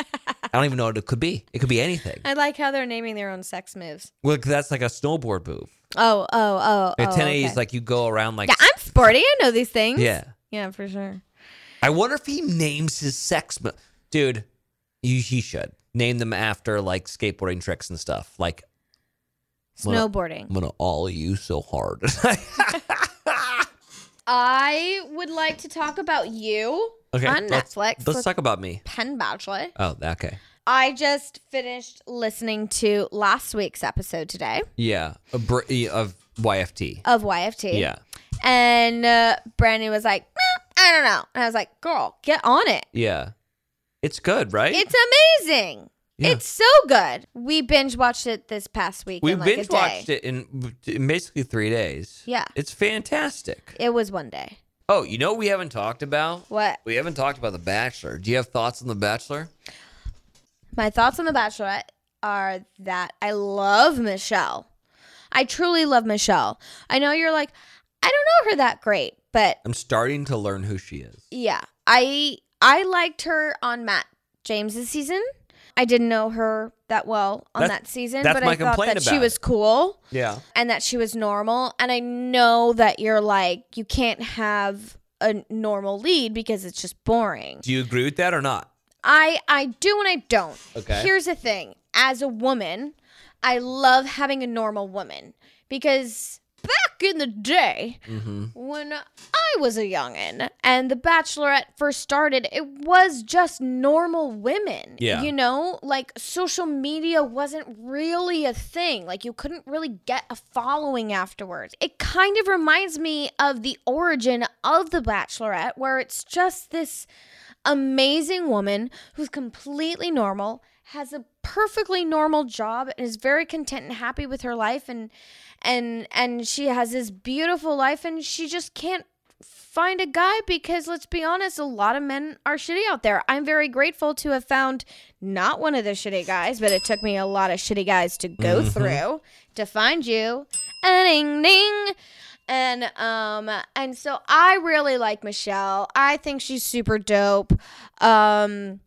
Speaker 1: I don't even know what it could be. It could be anything.
Speaker 2: I like how they're naming their own sex moves.
Speaker 1: Well, 'cause that's like a snowboard move.
Speaker 2: Oh, oh, oh.
Speaker 1: A
Speaker 2: oh,
Speaker 1: 1080
Speaker 2: okay.
Speaker 1: is like you go around like
Speaker 2: yeah, I'm sporty. I know these things.
Speaker 1: Yeah.
Speaker 2: yeah, for sure.
Speaker 1: I wonder if he names his sex mo- dude. You, he should name them after like skateboarding tricks and stuff. Like Well-
Speaker 2: Snowboarding.
Speaker 1: I'm gonna all you so hard. [laughs]
Speaker 2: I would like to talk about you on
Speaker 1: let's,
Speaker 2: Netflix.
Speaker 1: Let's
Speaker 2: with
Speaker 1: talk about me.
Speaker 2: Penn Badgley.
Speaker 1: Oh, okay.
Speaker 2: I just finished listening to last week's episode today
Speaker 1: Yeah, a br- yeah, of YFT.
Speaker 2: of YFT.
Speaker 1: yeah,
Speaker 2: And uh, Brandon was like, "Meh, I don't know. And I was like, girl, get on it.
Speaker 1: yeah. It's good, right?
Speaker 2: It's amazing.
Speaker 1: Yeah.
Speaker 2: It's so good. We binge watched it this past week.
Speaker 1: we
Speaker 2: in like a
Speaker 1: binge watched
Speaker 2: day.
Speaker 1: it in, in basically three days.
Speaker 2: Yeah.
Speaker 1: it's fantastic.
Speaker 2: It was one day.
Speaker 1: Oh, you know what we haven't talked about
Speaker 2: What?
Speaker 1: We haven't talked about The Bachelor. Do you have thoughts on The Bachelor?
Speaker 2: My thoughts on The Bachelorette are that I love Michelle. I truly love Michelle. I know you're like, I don't know her that great, but
Speaker 1: I'm starting to learn who she is.
Speaker 2: yeah, I I liked her on Matt James's season. I didn't know her that well on
Speaker 1: That's-
Speaker 2: that season,
Speaker 1: that's
Speaker 2: but
Speaker 1: my
Speaker 2: I thought
Speaker 1: complaint
Speaker 2: that she
Speaker 1: about
Speaker 2: was
Speaker 1: it.
Speaker 2: cool
Speaker 1: Yeah.
Speaker 2: and that she was normal. And I know that you're like, you can't have a normal lead because it's just boring.
Speaker 1: Do you agree with that or not?
Speaker 2: I I do and I don't.
Speaker 1: Okay.
Speaker 2: Here's the thing. As a woman, I love having a normal woman because back in the day
Speaker 1: Mm-hmm.
Speaker 2: when I was a youngin and the bachelorette first started, it was just normal women.
Speaker 1: Yeah.
Speaker 2: You know, like social media wasn't really a thing. Like you couldn't really get a following afterwards. It kind of reminds me of the origin of the bachelorette where it's just this amazing woman who's completely normal, has a perfectly normal job, and is very content and happy with her life, and and and she has this beautiful life, and she just can't find a guy because let's be honest, a lot of men are shitty out there. I'm very grateful to have found not one of the shitty guys, but it took me a lot of shitty guys to go through to find you. Ah, Ding ding. And um and so I really like Michelle. I think she's super dope. Um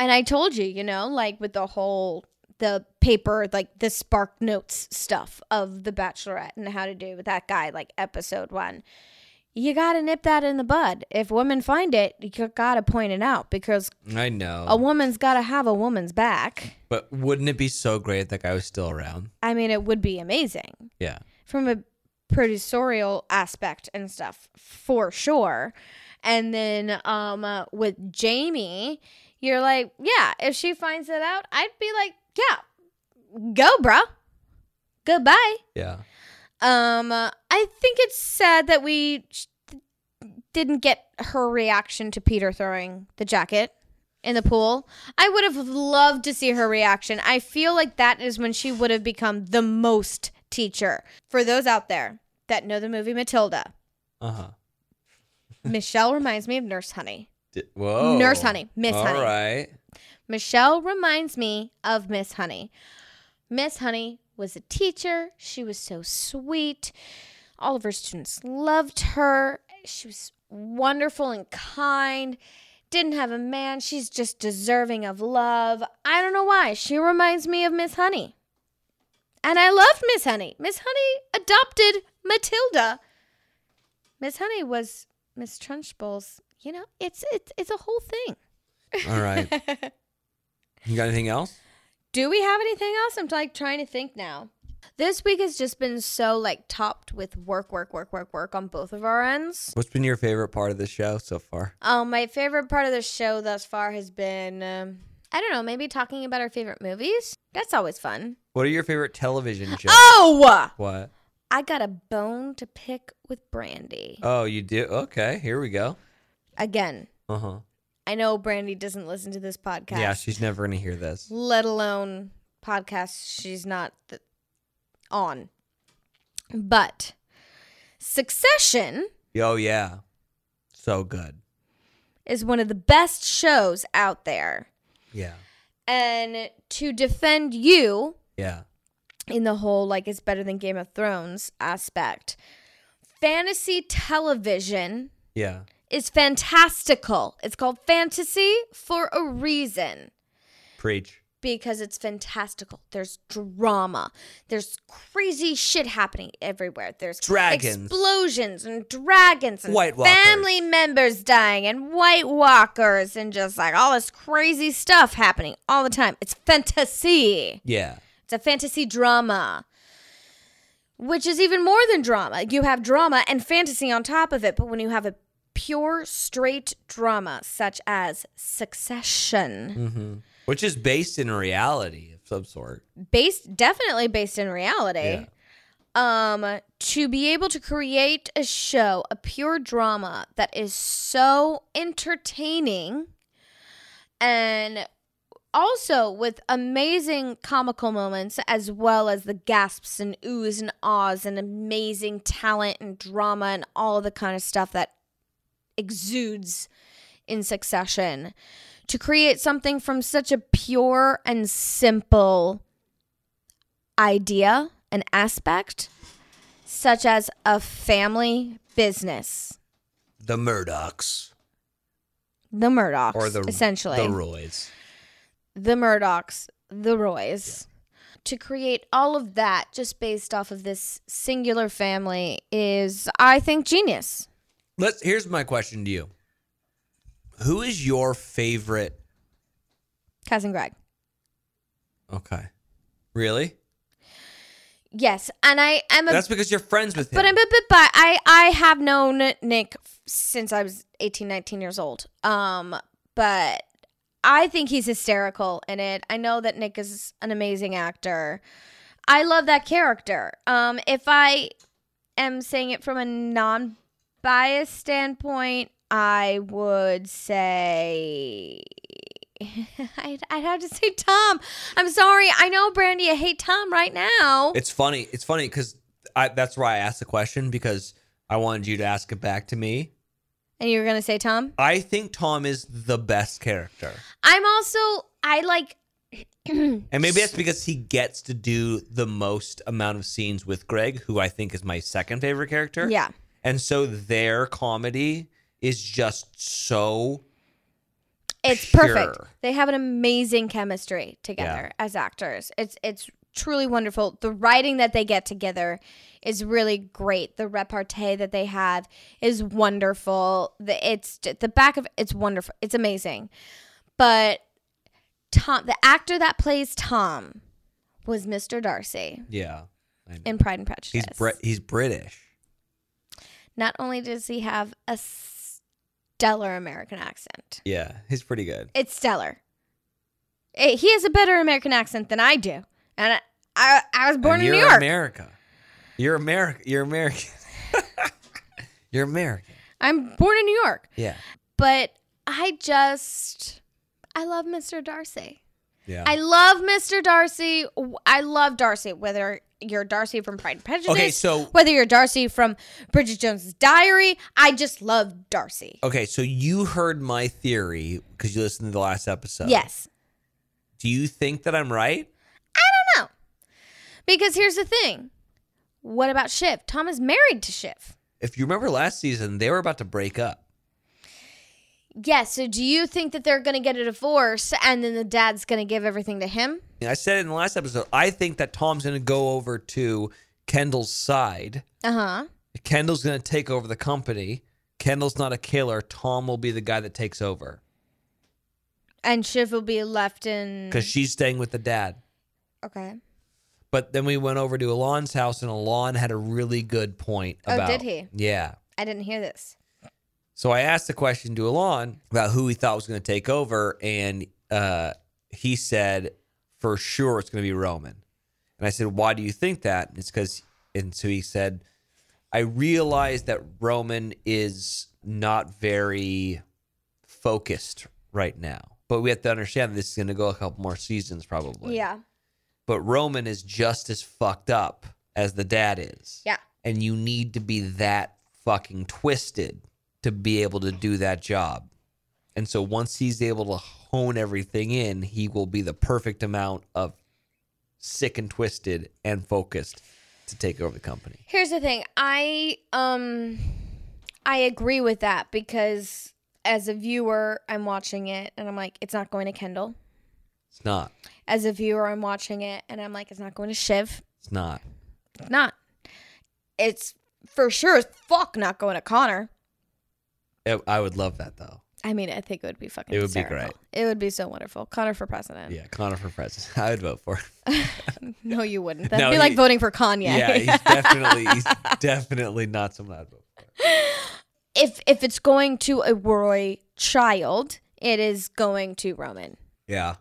Speaker 2: and I told you, you know, like with the whole the paper, like the spark notes stuff of The Bachelorette and how to do with that guy, like episode one. You gotta nip that in the bud. If women find it, you gotta point it out because
Speaker 1: I know.
Speaker 2: a woman's gotta have a woman's back.
Speaker 1: but wouldn't it be so great if that guy was still around?
Speaker 2: I mean, it would be amazing
Speaker 1: Yeah.
Speaker 2: from a producerial aspect and stuff for sure. And then um uh, with Jamie, you're like, yeah, if she finds it out, I'd be like, yeah, go, bro. Goodbye.
Speaker 1: Yeah.
Speaker 2: Um uh, I think it's sad that we sh- didn't get her reaction to Peter throwing the jacket in the pool. I would have loved to see her reaction. I feel like that is when she would have become the most teacher. For those out there that know the movie Matilda,
Speaker 1: Uh huh.
Speaker 2: Michelle reminds me of Nurse Honey.
Speaker 1: Whoa.
Speaker 2: Nurse Honey, Miss
Speaker 1: All
Speaker 2: Honey.
Speaker 1: right.
Speaker 2: Michelle reminds me of Miss Honey. Miss Honey was a teacher. She was so sweet. All of her students loved her. She was wonderful and kind. Didn't have a man. She's just deserving of love. I don't know why. She reminds me of Miss Honey. And I loved Miss Honey. Miss Honey adopted Matilda. Miss Honey was Miss Trunchbull's. You know, it's it's it's a whole thing.
Speaker 1: All right.
Speaker 2: [laughs]
Speaker 1: you got anything else?
Speaker 2: Do we have anything else? I'm like trying to think now. This week has just been so like topped with work, work, work, work, work on both of our ends.
Speaker 1: What's been your favorite part of the show so far?
Speaker 2: Um, my favorite part of the show thus far has been, um, I don't know, maybe talking about our favorite movies. That's always fun.
Speaker 1: What are your favorite
Speaker 2: [gasps]
Speaker 1: television shows?
Speaker 2: Oh,
Speaker 1: What?
Speaker 2: I got a bone to pick with Brandy
Speaker 1: Oh, you do? Okay, here we go.
Speaker 2: again.
Speaker 1: Uh huh.
Speaker 2: I know Brandy doesn't listen to this podcast.
Speaker 1: Yeah, she's never going to hear this.
Speaker 2: let alone podcasts she's not th- on. But Succession.
Speaker 1: Oh, yeah. So good.
Speaker 2: is one of the best shows out there.
Speaker 1: Yeah.
Speaker 2: And to defend you
Speaker 1: Yeah.
Speaker 2: in the whole, like, it's better than Game of Thrones aspect, fantasy television
Speaker 1: Yeah.
Speaker 2: is fantastical. It's called fantasy for a reason
Speaker 1: Preach.
Speaker 2: because it's fantastical. There's drama. There's crazy shit happening everywhere. There's
Speaker 1: Dragons.
Speaker 2: explosions and dragons and
Speaker 1: White Walkers.
Speaker 2: family members dying and White Walkers and just like all this crazy stuff happening all the time. It's fantasy.
Speaker 1: Yeah.
Speaker 2: It's a fantasy drama. Which is even more than drama. You have drama and fantasy on top of it, but when you have a pure straight drama such as Succession,
Speaker 1: Mm-hmm. Which is based in reality of some sort.
Speaker 2: based definitely based in reality
Speaker 1: Yeah.
Speaker 2: um to be able to create a show a pure drama that is so entertaining and also with amazing comical moments as well as the gasps and oohs and ahs and amazing talent and drama and all the kind of stuff that exudes in succession to create something from such a pure and simple idea an aspect such as a family business
Speaker 1: The Murdochs.
Speaker 2: the murdochs
Speaker 1: Or the
Speaker 2: essentially
Speaker 1: The Roys.
Speaker 2: the Murdochs, the Roys, to create all of that just based off of this singular family is, I think, genius.
Speaker 1: Let's here's my question to you. Who is your favorite
Speaker 2: Cousin Greg.
Speaker 1: Okay. Really?
Speaker 2: Yes, and I am a,
Speaker 1: That's because you're friends with him.
Speaker 2: but I'm a bit bi. I I have known Nick since I was 18, 19 years old. Um, but I think he's hysterical in it. I know that Nick is an amazing actor. I love that character. Um, if I am saying it from a non biased standpoint, I would say. [laughs] I'd, I'd have to say Tom. I'm sorry. I know, Brandy. I hate Tom right now.
Speaker 1: It's funny. It's funny because I that's why I asked the question because I wanted you to ask it back to me.
Speaker 2: and you were going to say Tom?
Speaker 1: I think Tom is the best character.
Speaker 2: I'm also I like [clears throat]
Speaker 1: And maybe that's because he gets to do the most amount of scenes with Greg, who I think is my second favorite character.
Speaker 2: yeah.
Speaker 1: And so their comedy is just so
Speaker 2: It's perfect.
Speaker 1: Pure.
Speaker 2: They have an amazing chemistry together as actors. It's it's truly wonderful. The writing that they get together is really great. The repartee that they have is wonderful. The it's the back of it's wonderful. It's amazing. But Tom, the actor that plays Tom, was Mr. Darcy
Speaker 1: Yeah. I know.
Speaker 2: in Pride and Prejudice.
Speaker 1: He's Brit. he's British.
Speaker 2: Not only does he have a stellar American accent,
Speaker 1: Yeah, he's pretty good.
Speaker 2: it's stellar. Eh, he has a better American accent than I do, and I I, I was born
Speaker 1: And
Speaker 2: in
Speaker 1: you're
Speaker 2: New York.
Speaker 1: America. You're America. You're American. [laughs] you're American.
Speaker 2: I'm born in New York,
Speaker 1: Yeah.
Speaker 2: but I just I love Mr. Darcy.
Speaker 1: Yeah.
Speaker 2: I love Mr. Darcy. I love Darcy. Whether you're Darcy from Pride and Prejudice,
Speaker 1: Okay, so-
Speaker 2: whether you're Darcy from Bridget Jones's Diary, I just love Darcy.
Speaker 1: okay, so you heard my theory because you listened to the last episode.
Speaker 2: Yes.
Speaker 1: Do you think that I'm right?
Speaker 2: No. Because here's the thing. What about Shiv? Tom is married to Shiv.
Speaker 1: If you remember last season, they were about to break up.
Speaker 2: Yes. So do you think that they're going to get a divorce and then the dad's going to give everything to him?
Speaker 1: I said it in the last episode. I think that Tom's going to go over to Kendall's side.
Speaker 2: Uh huh.
Speaker 1: Kendall's going to take over the company. Kendall's not a killer. Tom will be the guy that takes over
Speaker 2: And Shiv will be left in.
Speaker 1: because she's staying with the dad.
Speaker 2: Okay.
Speaker 1: But then we went over to Alon's house, and Alon had a really good point
Speaker 2: Oh,
Speaker 1: about.
Speaker 2: did he?
Speaker 1: Yeah.
Speaker 2: I didn't hear this.
Speaker 1: So I asked the question to Alon about who he thought was going to take over, and uh, he said, "For sure, it's going to be Roman." And I said, "Why do you think that?" And it's because, and so he said, "I realize that Roman is not very focused right now, but we have to understand this is going to go a couple more seasons, probably."
Speaker 2: Yeah.
Speaker 1: but Roman is just as fucked up as the dad is.
Speaker 2: Yeah.
Speaker 1: And you need to be that fucking twisted to be able to do that job. And so once he's able to hone everything in, he will be the perfect amount of sick and twisted and focused to take over the company.
Speaker 2: Here's the thing. I um I agree with that because as a viewer, I'm watching it and I'm like, it's not going to Kendall.
Speaker 1: It's not.
Speaker 2: As a viewer, I'm watching it and I'm like, it's not going to Shiv.
Speaker 1: It's not.
Speaker 2: not. It's for sure as fuck not going to Connor.
Speaker 1: I- I would love that though.
Speaker 2: I mean, I think it would be fucking.
Speaker 1: It would be
Speaker 2: hysterical. It would be so wonderful. Connor for president.
Speaker 1: Yeah, Connor for president. [laughs] I would vote for. Him.
Speaker 2: [laughs] No, you
Speaker 1: [laughs]
Speaker 2: wouldn't. That'd
Speaker 1: No,
Speaker 2: be like
Speaker 1: he-
Speaker 2: voting for Kanye.
Speaker 1: Yeah,
Speaker 2: [laughs]
Speaker 1: he's definitely he's definitely not someone I'd vote for.
Speaker 2: if if it's going to a Roy child, it is going to Roman.
Speaker 1: Yeah.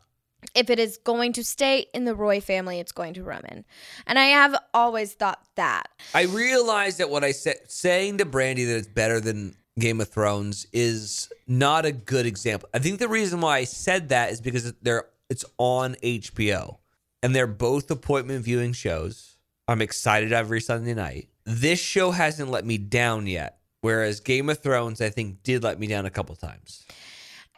Speaker 2: If it is going to stay in the Roy family, it's going to Roman. And I have always thought that.
Speaker 1: I realize that what I said, saying to Brandy that it's better than Game of Thrones is not a good example. I think the reason why I said that is because they're it's on HBO and they're both appointment viewing shows. I'm excited every Sunday night. This show hasn't let me down yet, whereas Game of Thrones I think did let me down a couple times.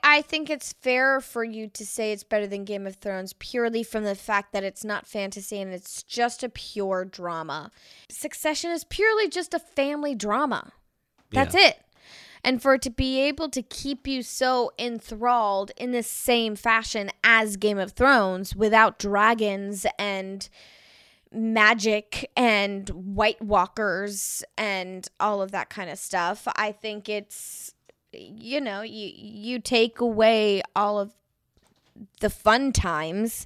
Speaker 2: I think it's fair for you to say it's better than Game of Thrones purely from the fact that it's not fantasy and it's just a pure drama. Succession is purely just a family drama. That's it. And for it to be able to keep you so enthralled in the same fashion as Game of Thrones without dragons and magic and White Walkers and all of that kind of stuff, I think it's you know you you take away all of the fun times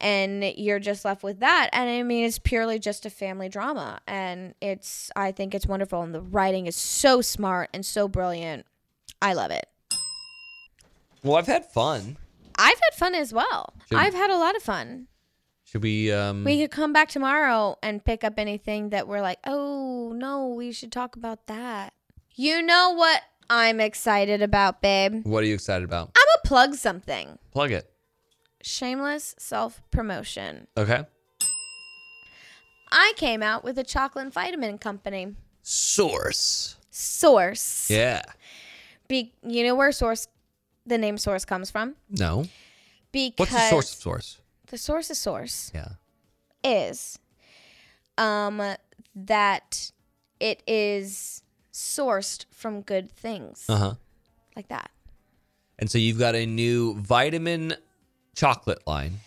Speaker 2: and you're just left with that and i mean it's purely just a family drama and it's i think it's wonderful and the writing is so smart and so brilliant i love it
Speaker 1: Well, I've had fun.
Speaker 2: i've had fun as well
Speaker 1: Should-
Speaker 2: i've had a lot of fun
Speaker 1: Should we um
Speaker 2: we could come back tomorrow and pick up anything that we're like, oh, no, we should talk about that. You know what I'm excited about, babe? I'm
Speaker 1: what are you excited about?
Speaker 2: going to plug something
Speaker 1: Plug it.
Speaker 2: shameless self promotion.
Speaker 1: Okay.
Speaker 2: I came out with a chocolate and vitamin company,
Speaker 1: Source.
Speaker 2: Source.
Speaker 1: Yeah.
Speaker 2: Be- you know where Source, the name Source comes from?
Speaker 1: No.
Speaker 2: Because
Speaker 1: What's the source of source?
Speaker 2: The source of Source.
Speaker 1: Yeah.
Speaker 2: is um that it is sourced from good things
Speaker 1: Uh huh.
Speaker 2: like that
Speaker 1: And so you've got a new vitamin chocolate line.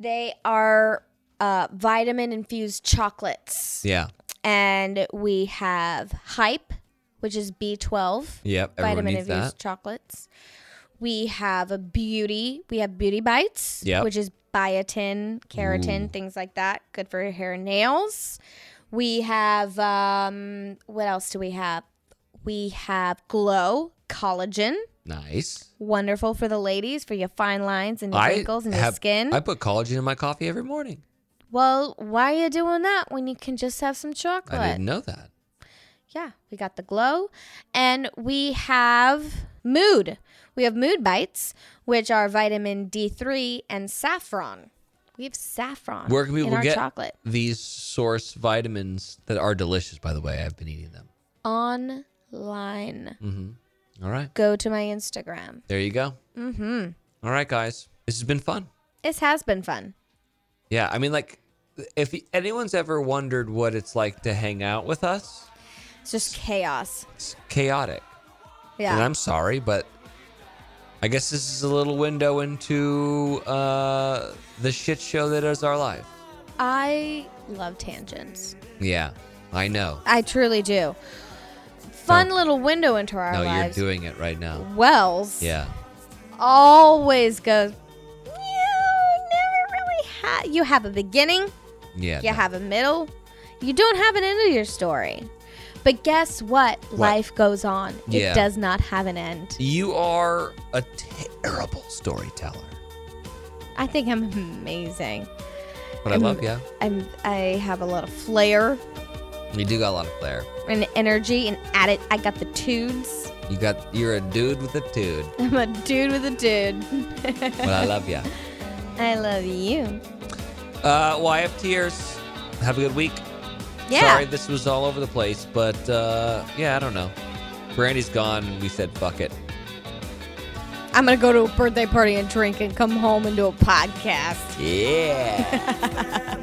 Speaker 2: They are uh, vitamin infused chocolates.
Speaker 1: Yeah.
Speaker 2: And we have Hype, which is B12.
Speaker 1: Yep. Everyone
Speaker 2: vitamin
Speaker 1: needs that.
Speaker 2: infused chocolates. We have a beauty. We have beauty bites,
Speaker 1: Yep.
Speaker 2: which is biotin, keratin, things like that. Good for your hair and nails. We have um, what else do we have? We have glow collagen,
Speaker 1: Nice.
Speaker 2: wonderful for the ladies for your fine lines and your wrinkles and your
Speaker 1: have-
Speaker 2: skin.
Speaker 1: I put collagen in my coffee every morning.
Speaker 2: well, why are you doing that when you can just have some chocolate?
Speaker 1: I didn't know that.
Speaker 2: Yeah, we got the glow. And we have mood. We have mood bites, which are vitamin D3 and saffron. We have saffron
Speaker 1: Where can
Speaker 2: in
Speaker 1: people
Speaker 2: our
Speaker 1: get
Speaker 2: chocolate.
Speaker 1: these source vitamins that are delicious? By the way, I've been eating them.
Speaker 2: Online.
Speaker 1: Mm-hmm. All right,
Speaker 2: Go to my Instagram.
Speaker 1: there you go.
Speaker 2: Mm-hmm.
Speaker 1: All right, guys, this has been fun.
Speaker 2: This has been fun.
Speaker 1: Yeah, I mean, like, if anyone's ever wondered what it's like to hang out with us,
Speaker 2: It's just chaos.
Speaker 1: it's chaotic. And
Speaker 2: Yeah.
Speaker 1: I'm sorry, but I guess this is a little window into uh, the shit show that is our life.
Speaker 2: I love tangents.
Speaker 1: Yeah, I know.
Speaker 2: I truly do. Fun
Speaker 1: No.
Speaker 2: little window into our
Speaker 1: no,
Speaker 2: lives.
Speaker 1: you're doing it right now.
Speaker 2: Wells.
Speaker 1: Yeah.
Speaker 2: always goes, you never really have. You have a beginning,
Speaker 1: Yeah.
Speaker 2: you
Speaker 1: no.
Speaker 2: have a middle, you don't have an end to your story. But guess what? Life goes on.
Speaker 1: Yeah.
Speaker 2: It does not have an end.
Speaker 1: You are a terrible storyteller,
Speaker 2: I think I'm amazing.
Speaker 1: but I
Speaker 2: I'm-
Speaker 1: love you.
Speaker 2: I'm. I have a lot of flair
Speaker 1: You do got a lot of flair.
Speaker 2: and energy, and at it, I got the tudes.
Speaker 1: You got you're a dude with a dude,
Speaker 2: [laughs] I'm a dude with a dude. [laughs]
Speaker 1: but I love you.
Speaker 2: I love you.
Speaker 1: Uh, YF tears. Have a good week.
Speaker 2: Yeah.
Speaker 1: Sorry, this was all over the place, but uh, yeah, I don't know. Brandy's gone, and we said fuck it.
Speaker 2: I'm gonna go to a birthday party and drink, and come home and do a podcast.
Speaker 1: Yeah.